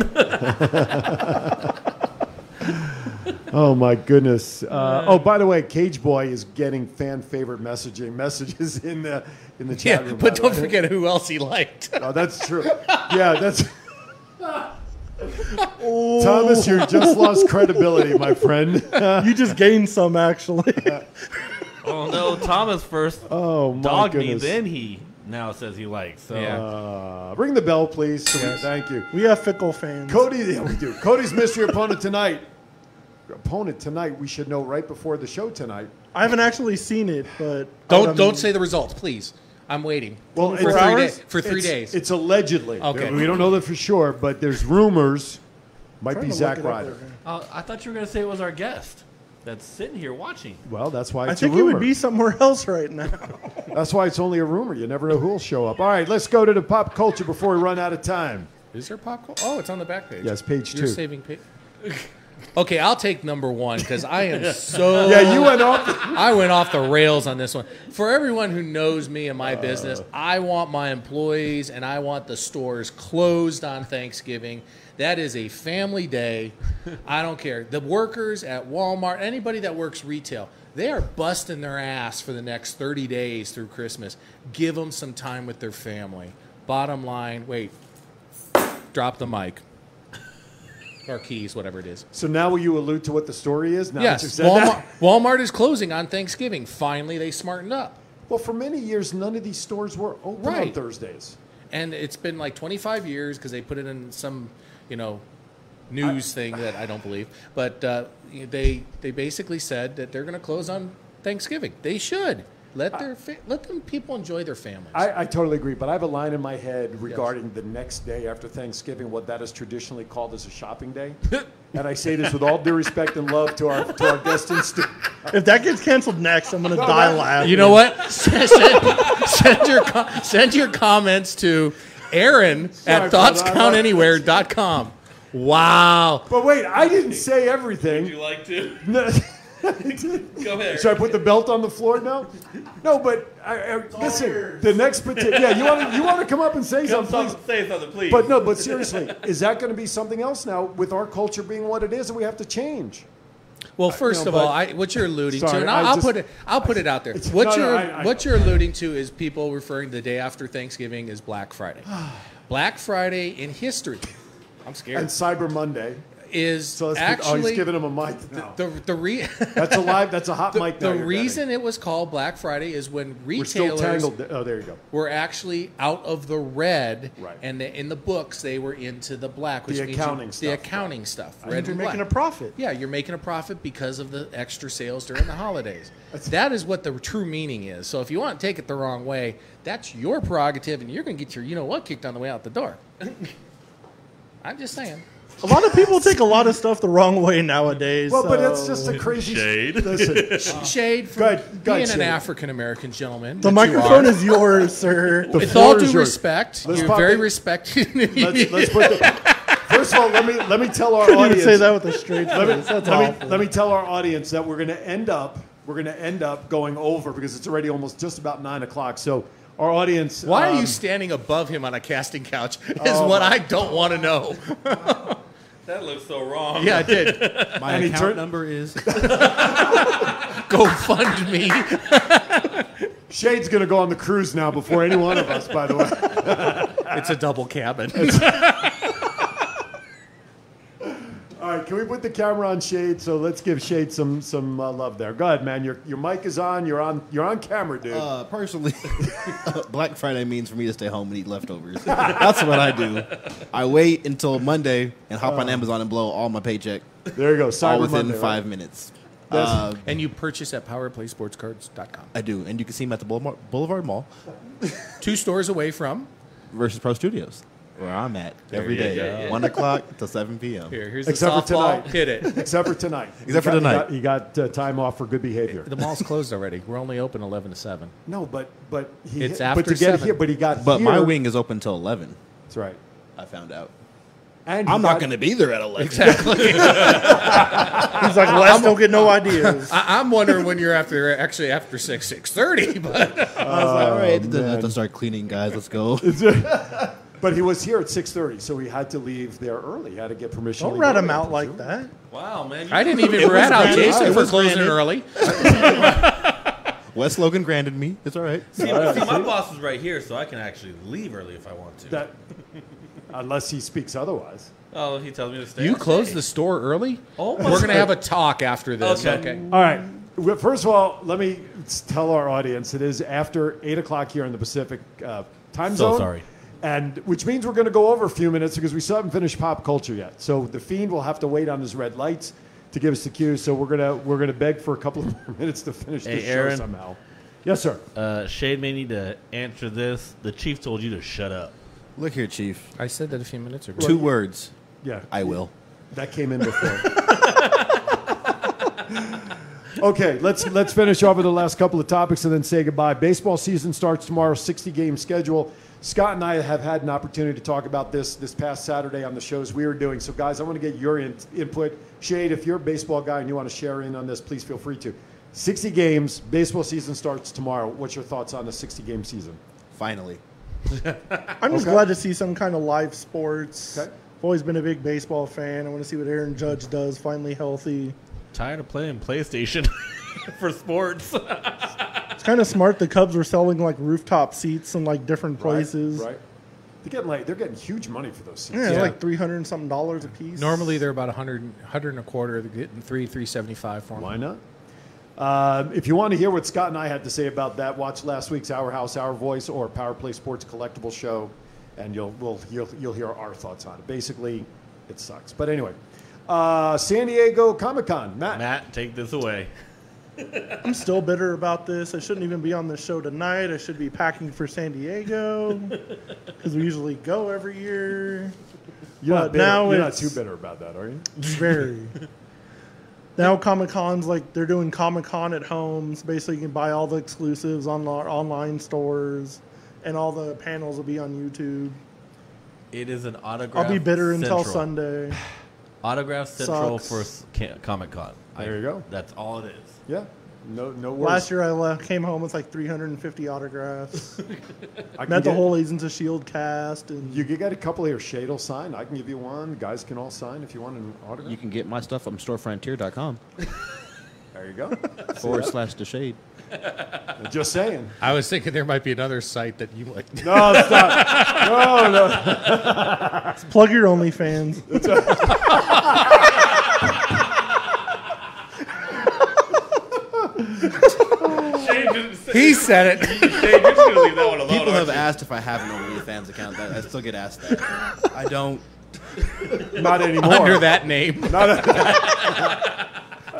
[SPEAKER 3] [laughs] oh my goodness! Uh, oh, by the way, Cage Boy is getting fan favorite messaging messages in the in the chat
[SPEAKER 5] Yeah,
[SPEAKER 3] room. by
[SPEAKER 5] but
[SPEAKER 3] the
[SPEAKER 5] don't
[SPEAKER 3] way.
[SPEAKER 5] forget who else he liked.
[SPEAKER 3] Oh, that's true. Yeah, that's. Thomas, you just lost credibility, my friend. Uh,
[SPEAKER 4] You just gained some actually. [laughs]
[SPEAKER 7] Oh no, Thomas first.
[SPEAKER 3] Oh my
[SPEAKER 7] Dog me,
[SPEAKER 3] goodness!
[SPEAKER 7] then he now says he likes. So
[SPEAKER 5] Yeah.
[SPEAKER 3] Uh, ring the bell, please. Thank you.
[SPEAKER 4] we have fickle fans.
[SPEAKER 3] Cody, yeah, we do. Cody's mystery opponent tonight. Opponent tonight, we should know right before the show tonight.
[SPEAKER 4] I haven't actually seen it, but
[SPEAKER 5] Don't
[SPEAKER 4] um,
[SPEAKER 5] don't say the results, please. I'm waiting.
[SPEAKER 3] Well,
[SPEAKER 5] for
[SPEAKER 3] it's-
[SPEAKER 5] three days. For three
[SPEAKER 3] it's-
[SPEAKER 5] days.
[SPEAKER 3] It's allegedly.
[SPEAKER 5] Okay.
[SPEAKER 3] We don't know that for sure, but there's rumors. Might
[SPEAKER 4] I'm
[SPEAKER 3] be
[SPEAKER 4] gonna
[SPEAKER 3] Zack
[SPEAKER 4] look it up
[SPEAKER 3] Ryder.
[SPEAKER 4] later.
[SPEAKER 7] Uh, I thought you were gonna say it was our guest that's sitting here watching.
[SPEAKER 3] Well, that's why
[SPEAKER 4] I
[SPEAKER 3] it's
[SPEAKER 4] think
[SPEAKER 3] a
[SPEAKER 4] he
[SPEAKER 3] rumor.
[SPEAKER 4] would be somewhere [laughs] else right now.
[SPEAKER 3] That's why it's only a rumor. You never know who'll show up. All right, let's go to the pop culture before we run out of time.
[SPEAKER 5] Is there pop culture? Oh, it's on the back page.
[SPEAKER 3] Yes, page
[SPEAKER 5] You're
[SPEAKER 3] two.
[SPEAKER 5] saving page. [laughs] Okay, I'll take number one because
[SPEAKER 3] [laughs]
[SPEAKER 5] I am so.
[SPEAKER 3] Yeah, you went off.
[SPEAKER 5] I went off the rails on this one. For everyone who knows me and my business, I want my employees and I want the stores closed on Thanksgiving. That is a family day. I don't care. The workers at Walmart, anybody that works retail, they are busting their ass for the next 30 days through Christmas. Give them some time with their family. Bottom line, wait, drop the mic. Or keys, whatever it is.
[SPEAKER 3] So now will you allude to what the story is? Now that you
[SPEAKER 5] Yes,
[SPEAKER 3] said that?
[SPEAKER 5] Walmart, Walmart is closing on Thanksgiving. Finally, they smartened up.
[SPEAKER 3] Well, for many years, none of these stores were open on
[SPEAKER 5] Right.
[SPEAKER 3] Thursdays.
[SPEAKER 5] and it's been like 25 years because they put it in some you know news thing that i don't believe but uh, they they basically said that they're going to close on thanksgiving they should let their fa- let them people enjoy their families
[SPEAKER 3] I, I totally agree, but I have a line in my head regarding the next day after Thanksgiving, what that is traditionally called as a shopping day. [laughs] and I say this with all due respect and love to our to our guest in studio.
[SPEAKER 4] if that gets canceled next, I'm gonna die
[SPEAKER 3] that-
[SPEAKER 4] laughing.
[SPEAKER 5] you know what [laughs] send, send your co- send your comments to aaron
[SPEAKER 3] Sorry,
[SPEAKER 5] at
[SPEAKER 3] brother,
[SPEAKER 5] thoughtscountanywhere.com wow
[SPEAKER 3] But wait, I didn't say everything.
[SPEAKER 7] like to?
[SPEAKER 3] No. [laughs]
[SPEAKER 7] Go ahead.
[SPEAKER 3] Should I put the belt on the floor now? No, but I, I, listen. The next particular, yeah, you want to you want to come up and say something, please.
[SPEAKER 7] say something, please.
[SPEAKER 3] But no, but seriously, is that going to be something else now with our culture being what it is, and we have to change?
[SPEAKER 5] Well, first
[SPEAKER 3] know,
[SPEAKER 5] of all,
[SPEAKER 3] but-
[SPEAKER 5] I, what you're alluding to,
[SPEAKER 3] Sorry,
[SPEAKER 5] and
[SPEAKER 3] I
[SPEAKER 5] I'll, I'll
[SPEAKER 3] just-
[SPEAKER 5] put it, I'll put it out there.
[SPEAKER 3] it's-
[SPEAKER 5] What
[SPEAKER 3] no, no,
[SPEAKER 5] you're,
[SPEAKER 3] I- I-
[SPEAKER 5] what you're alluding to is people referring to the day after Thanksgiving as
[SPEAKER 3] [sighs]
[SPEAKER 5] Black Friday. Black Friday in history, I'm
[SPEAKER 3] And
[SPEAKER 5] scared,
[SPEAKER 3] Cyber Monday.
[SPEAKER 5] is
[SPEAKER 3] So let's oh,
[SPEAKER 5] actually
[SPEAKER 3] he's giving him a mic now.
[SPEAKER 5] the the re. [laughs]
[SPEAKER 3] that's a live. That's a hot mic. now
[SPEAKER 5] The
[SPEAKER 3] you're
[SPEAKER 5] reason it was called Black Friday is when
[SPEAKER 3] getting. we're still
[SPEAKER 5] retailers
[SPEAKER 3] tangled. Oh, there you go.
[SPEAKER 5] were actually out of the red,
[SPEAKER 3] Right.
[SPEAKER 5] and the, in the books they were into the black, which
[SPEAKER 3] The
[SPEAKER 5] means
[SPEAKER 3] accounting
[SPEAKER 5] you,
[SPEAKER 3] stuff,
[SPEAKER 5] the
[SPEAKER 3] right.
[SPEAKER 5] accounting stuff, red
[SPEAKER 4] You're
[SPEAKER 5] and
[SPEAKER 4] making a
[SPEAKER 5] black.
[SPEAKER 4] profit.
[SPEAKER 5] Yeah, you're making a profit because of the extra sales during the holidays. that is what the true meaning is. So if you want to take it the wrong way, that's your prerogative, and you're going to get your you know what kicked on the way out the
[SPEAKER 3] [laughs]
[SPEAKER 5] door. I'm just saying.
[SPEAKER 4] A lot of people take a lot of stuff the wrong way nowadays.
[SPEAKER 3] Well, but it's
[SPEAKER 4] so-
[SPEAKER 3] just a crazy shade. Listen,
[SPEAKER 5] Shade for
[SPEAKER 3] Go ahead, go ahead,
[SPEAKER 5] being an
[SPEAKER 3] Shade.
[SPEAKER 5] African American gentleman.
[SPEAKER 4] the
[SPEAKER 5] that you
[SPEAKER 4] microphone
[SPEAKER 5] are.
[SPEAKER 4] is yours, sir.
[SPEAKER 5] With
[SPEAKER 3] floor
[SPEAKER 5] all
[SPEAKER 3] is
[SPEAKER 5] due
[SPEAKER 3] yours.
[SPEAKER 5] respect,
[SPEAKER 3] Let's
[SPEAKER 5] you're
[SPEAKER 3] pop
[SPEAKER 5] very
[SPEAKER 3] in.
[SPEAKER 5] respected. [laughs]
[SPEAKER 3] let's, let's put. The, first of all, let me let me tell our
[SPEAKER 4] Couldn't even
[SPEAKER 3] audience.
[SPEAKER 4] say that with a straight face.
[SPEAKER 3] let me,
[SPEAKER 4] That's
[SPEAKER 3] let, me,
[SPEAKER 4] awful.
[SPEAKER 3] let me tell our audience that we're going to end up we're going to end up going over because it's already almost just about nine o'clock. So our audience,
[SPEAKER 5] Why are
[SPEAKER 3] um, Oh
[SPEAKER 5] you standing above him on a
[SPEAKER 3] [laughs]
[SPEAKER 5] casting couch? Is what I don't want to know.
[SPEAKER 7] that looks so wrong.
[SPEAKER 5] Yeah, I did.
[SPEAKER 6] My
[SPEAKER 3] And he
[SPEAKER 6] account
[SPEAKER 3] turned-
[SPEAKER 6] number is.
[SPEAKER 5] [laughs] Go fund me.
[SPEAKER 3] Shade's going to go on the cruise now before [laughs] any one of us. By the way,
[SPEAKER 5] It's a double cabin.
[SPEAKER 3] Can we put the camera on Shade? So let's give Shade some some uh, love there. Go ahead, man. Your your mic is on. You're on. You're on camera, dude.
[SPEAKER 11] Uh, personally, [laughs] Black Friday means for me to stay home and eat leftovers. That's what I do. I wait until Monday and hop on
[SPEAKER 3] Uh.
[SPEAKER 11] Amazon and blow all my paycheck.
[SPEAKER 3] There you go. Cyber
[SPEAKER 11] all within
[SPEAKER 3] Monday,
[SPEAKER 11] five
[SPEAKER 3] right?
[SPEAKER 11] minutes.
[SPEAKER 3] That's-
[SPEAKER 11] Uh,
[SPEAKER 5] and you purchase at PowerPlaySportsCards.com.
[SPEAKER 11] I do, and you can see them at the Boulevard, Boulevard Mall
[SPEAKER 5] Two stores away from.
[SPEAKER 11] versus Pro Studios, where I'm at
[SPEAKER 5] There
[SPEAKER 11] every
[SPEAKER 5] you
[SPEAKER 11] day,
[SPEAKER 5] go.
[SPEAKER 11] one o'clock to seven p.m.
[SPEAKER 5] Here, here's
[SPEAKER 3] Except for
[SPEAKER 5] the softball.
[SPEAKER 3] tonight.
[SPEAKER 5] Hit
[SPEAKER 3] [laughs]
[SPEAKER 5] it.
[SPEAKER 3] Except for tonight.
[SPEAKER 11] Except for
[SPEAKER 3] You
[SPEAKER 11] tonight.
[SPEAKER 3] got- You got, you got, uh, time off for good behavior.
[SPEAKER 5] The mall's closed already. We're only open 11 to 7.
[SPEAKER 3] No, but but he
[SPEAKER 5] It's
[SPEAKER 3] hit-
[SPEAKER 5] after
[SPEAKER 3] but to get
[SPEAKER 5] seven.
[SPEAKER 3] here, but he got
[SPEAKER 11] But
[SPEAKER 3] here.
[SPEAKER 11] my wing is open till eleven.
[SPEAKER 3] That's right.
[SPEAKER 11] I found out.
[SPEAKER 3] And
[SPEAKER 11] I'm
[SPEAKER 3] he
[SPEAKER 11] not
[SPEAKER 3] got-
[SPEAKER 11] going to be there at eleven.
[SPEAKER 5] Exactly. [laughs]
[SPEAKER 4] He's like, well, I still get no ideas.
[SPEAKER 5] I, I'm wondering when you're after actually after 6, 6.30, [laughs] but
[SPEAKER 11] I was like, all right, then I have to start cleaning, guys. Let's go.
[SPEAKER 3] But he was here at six thirty, so he had to leave there early. He had to get permission. to
[SPEAKER 4] Don't
[SPEAKER 3] leave
[SPEAKER 4] rat him
[SPEAKER 3] early.
[SPEAKER 4] out like that.
[SPEAKER 7] Wow, man.
[SPEAKER 5] I didn't even
[SPEAKER 11] was
[SPEAKER 5] rat out
[SPEAKER 11] granted.
[SPEAKER 5] Jason
[SPEAKER 11] It
[SPEAKER 5] for
[SPEAKER 11] was
[SPEAKER 5] closing
[SPEAKER 11] granted.
[SPEAKER 5] early.
[SPEAKER 11] Wes Logan granted me. It's all right.
[SPEAKER 7] See,
[SPEAKER 3] All right,
[SPEAKER 7] see, my
[SPEAKER 3] see?
[SPEAKER 7] boss is right here, so I can actually leave early if I want to.
[SPEAKER 3] That, unless he speaks otherwise.
[SPEAKER 7] oh, he tells me to stay.
[SPEAKER 5] You
[SPEAKER 7] I
[SPEAKER 5] closed
[SPEAKER 7] stay.
[SPEAKER 5] the store early?
[SPEAKER 7] Oh my
[SPEAKER 5] We're going to
[SPEAKER 7] God.
[SPEAKER 5] have a talk after this.
[SPEAKER 7] Okay.
[SPEAKER 5] Okay.
[SPEAKER 3] All right. Well, First of all, let me s- tell our audience it is after eight o'clock here in the Pacific uh, time
[SPEAKER 7] So
[SPEAKER 3] zone.
[SPEAKER 7] sorry.
[SPEAKER 3] And which means we're going to go over a few minutes because we still haven't finished pop culture yet. So the fiend will have to wait on his red lights to give us the cue. So we're gonna we're gonna beg for a couple [laughs] of more minutes to finish
[SPEAKER 7] Hey,
[SPEAKER 3] this
[SPEAKER 7] Aaron.
[SPEAKER 3] show somehow. Yes, sir.
[SPEAKER 7] Uh, Shade may need to answer this. The chief told you to shut up.
[SPEAKER 11] Look here, Chief.
[SPEAKER 5] I said that a few minutes ago.
[SPEAKER 11] Two words.
[SPEAKER 3] Yeah.
[SPEAKER 11] I will.
[SPEAKER 3] That came in before. [laughs] okay, let's let's finish over the last couple of topics and then say goodbye. Baseball season starts tomorrow, 60 game schedule. Scott and I have had an opportunity to talk about this this past Saturday on the shows we were doing. So, guys, I want to get your in- input. Shade, if you're a baseball guy and you want to share in on this, please feel free to. 60 games, baseball season starts tomorrow. What's your thoughts on the 60 game season?
[SPEAKER 11] Finally.
[SPEAKER 4] I'm just glad to see some kind of live sports.
[SPEAKER 3] Okay.
[SPEAKER 4] I've always been a big baseball fan. I want to see what Aaron Judge does, finally healthy.
[SPEAKER 7] Tired of playing PlayStation [laughs] for sports.
[SPEAKER 4] It's kind of smart the Cubs were selling like rooftop seats in like different places.
[SPEAKER 3] Right? They're getting like they're getting huge money for those seats.
[SPEAKER 4] Yeah, like 300 and something dollars a piece.
[SPEAKER 5] Normally they're about 100, 100 and a quarter. They're getting 3, 375 for them.
[SPEAKER 3] Why not? Um, if you want to hear what Scott and I had to say about that, watch last week's Our House, Our Voice, or Power Play Sports Collectible Show, and you'll we'll, you'll, you'll hear our thoughts on it. Basically, it sucks. But anyway, uh, San Diego Comic Con, Matt.
[SPEAKER 7] [laughs] Matt, take this away.
[SPEAKER 4] I'm still bitter about this. I shouldn't even be on this show tonight. I should be packing for San Diego [laughs] because we usually go every year.
[SPEAKER 3] you're not
[SPEAKER 4] but
[SPEAKER 3] bitter.
[SPEAKER 4] now
[SPEAKER 3] you're not
[SPEAKER 4] it's-
[SPEAKER 3] too bitter about that, are you?
[SPEAKER 4] Very. now Comic Con's like they're doing Comic Con at homes. basically, you can buy all the exclusives on our online stores, and all the panels will be on YouTube.
[SPEAKER 7] It is an autograph.
[SPEAKER 4] I'll be bitter until
[SPEAKER 7] Central.
[SPEAKER 4] Sunday.
[SPEAKER 7] Autograph Central
[SPEAKER 4] Sucks.
[SPEAKER 7] for Comic Con.
[SPEAKER 3] There you go.
[SPEAKER 7] That's all it [laughs] is.
[SPEAKER 3] Yeah. No, no worries.
[SPEAKER 4] Last year I left, came home with like 350
[SPEAKER 7] [laughs]
[SPEAKER 4] autographs.
[SPEAKER 3] I can
[SPEAKER 4] Met the
[SPEAKER 3] get-
[SPEAKER 4] whole Agents of Shield E cast, and
[SPEAKER 3] You got a couple here. Shade will sign. I can give you one. Guys can all sign if you want an autograph.
[SPEAKER 11] You can get my stuff from storefrontier.com
[SPEAKER 3] there you [laughs] go.
[SPEAKER 11] forward slash the shade.
[SPEAKER 3] Just saying.
[SPEAKER 5] I was thinking there might be another site that you like.
[SPEAKER 3] [laughs] No, stop. No, no.
[SPEAKER 4] plug your OnlyFans.
[SPEAKER 7] Shade, just,
[SPEAKER 5] he said
[SPEAKER 7] [laughs]
[SPEAKER 5] it.
[SPEAKER 7] Shade, you're just gonna leave that one alone.
[SPEAKER 11] People have
[SPEAKER 7] aren't you?
[SPEAKER 11] asked if I have an OnlyFans account. That I still get asked that. I don't.
[SPEAKER 3] [laughs] Not anymore.
[SPEAKER 5] Under that name.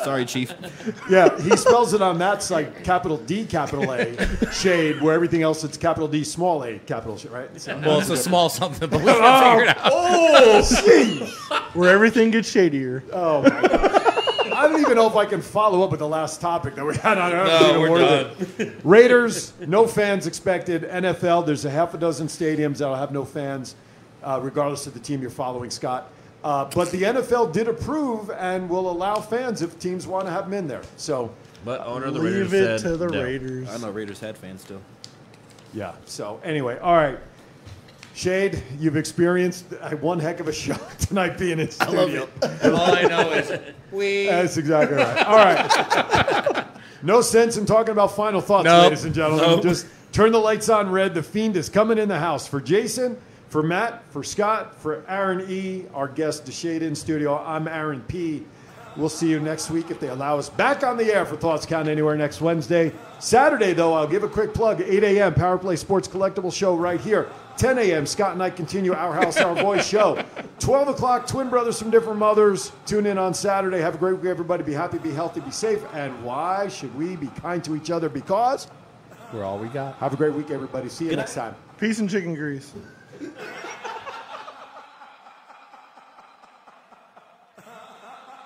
[SPEAKER 11] Sorry,
[SPEAKER 5] [laughs]
[SPEAKER 11] Chief. [laughs]
[SPEAKER 3] Yeah, he spells it on that site, capital D, capital A, shade, where everything else it's capital D, small a, capital shade, right? So-
[SPEAKER 5] Well, it's a small something, but we can figure it out.
[SPEAKER 3] oh, jeez.
[SPEAKER 4] where everything gets shadier.
[SPEAKER 3] I don't even know if I can follow up with the last topic that we had on. I don't
[SPEAKER 7] No,
[SPEAKER 3] even
[SPEAKER 7] we're
[SPEAKER 3] worth
[SPEAKER 7] done.
[SPEAKER 3] it. Raiders, no fans expected. NFL, there's a half a dozen stadiums that'll have no fans, uh, regardless of the team you're following, Scott. Uh, but the NFL did approve and will allow fans if teams want to have them in there. So
[SPEAKER 7] But owner of the
[SPEAKER 4] Leave
[SPEAKER 7] Raiders
[SPEAKER 4] it
[SPEAKER 7] said
[SPEAKER 4] to the
[SPEAKER 7] no.
[SPEAKER 4] Raiders.
[SPEAKER 11] I'm a Raiders head fan still.
[SPEAKER 3] Yeah. So anyway, all right. Shade, you've experienced uh, one heck of a show [laughs] tonight being in studio.
[SPEAKER 5] All I know is we.
[SPEAKER 3] That's exactly right. All right.
[SPEAKER 5] [laughs]
[SPEAKER 3] no sense in talking about final thoughts,
[SPEAKER 5] Nope.
[SPEAKER 3] ladies and gentlemen. Just turn the lights on red. The fiend is coming in the house for Jason, For Matt, for Scott, for Aaron E., our guest, DeShade in studio, I'm Aaron P. We'll see you next week if they allow us back on the air for Thoughts Count Anywhere next Wednesday. Saturday, though, I'll give a quick plug 8 a.m. Power Play Sports Collectible Show right here. 10 a.m. Scott and I continue Our House, Our Voice show. 12 o'clock, Twin Brothers from Different Mothers. Tune in on Saturday. Have a great week, everybody. Be happy, be healthy, be safe. And why should we be kind to each other? Because
[SPEAKER 12] we're all we got.
[SPEAKER 3] Have a great week, everybody. See you
[SPEAKER 4] Good
[SPEAKER 3] next
[SPEAKER 4] night.
[SPEAKER 3] time.
[SPEAKER 4] Peace and chicken grease.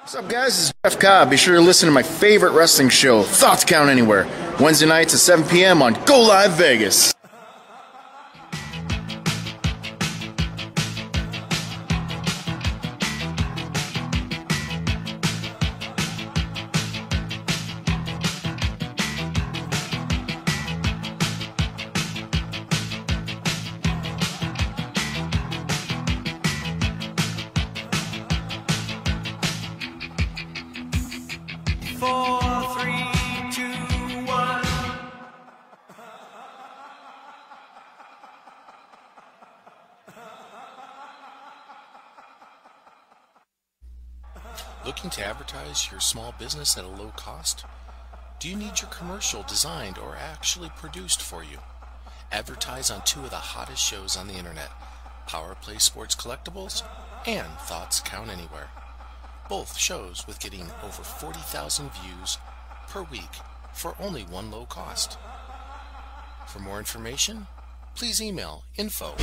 [SPEAKER 9] What's up, guys? This is Jeff Cobb. Be sure to listen to my favorite wrestling show, Thoughts Count Anywhere, Wednesday nights at 7 p.m. on Go Live Vegas.
[SPEAKER 13] Four, three, two, one.
[SPEAKER 5] Looking to advertise your small business at a low cost? Do you need your commercial designed or actually produced for you? Advertise on two of the hottest shows on the internet Power Play Sports Collectibles and Thoughts Count Anywhere. Both shows with getting over 40,000 views per week for only one low cost. For more information, please email info.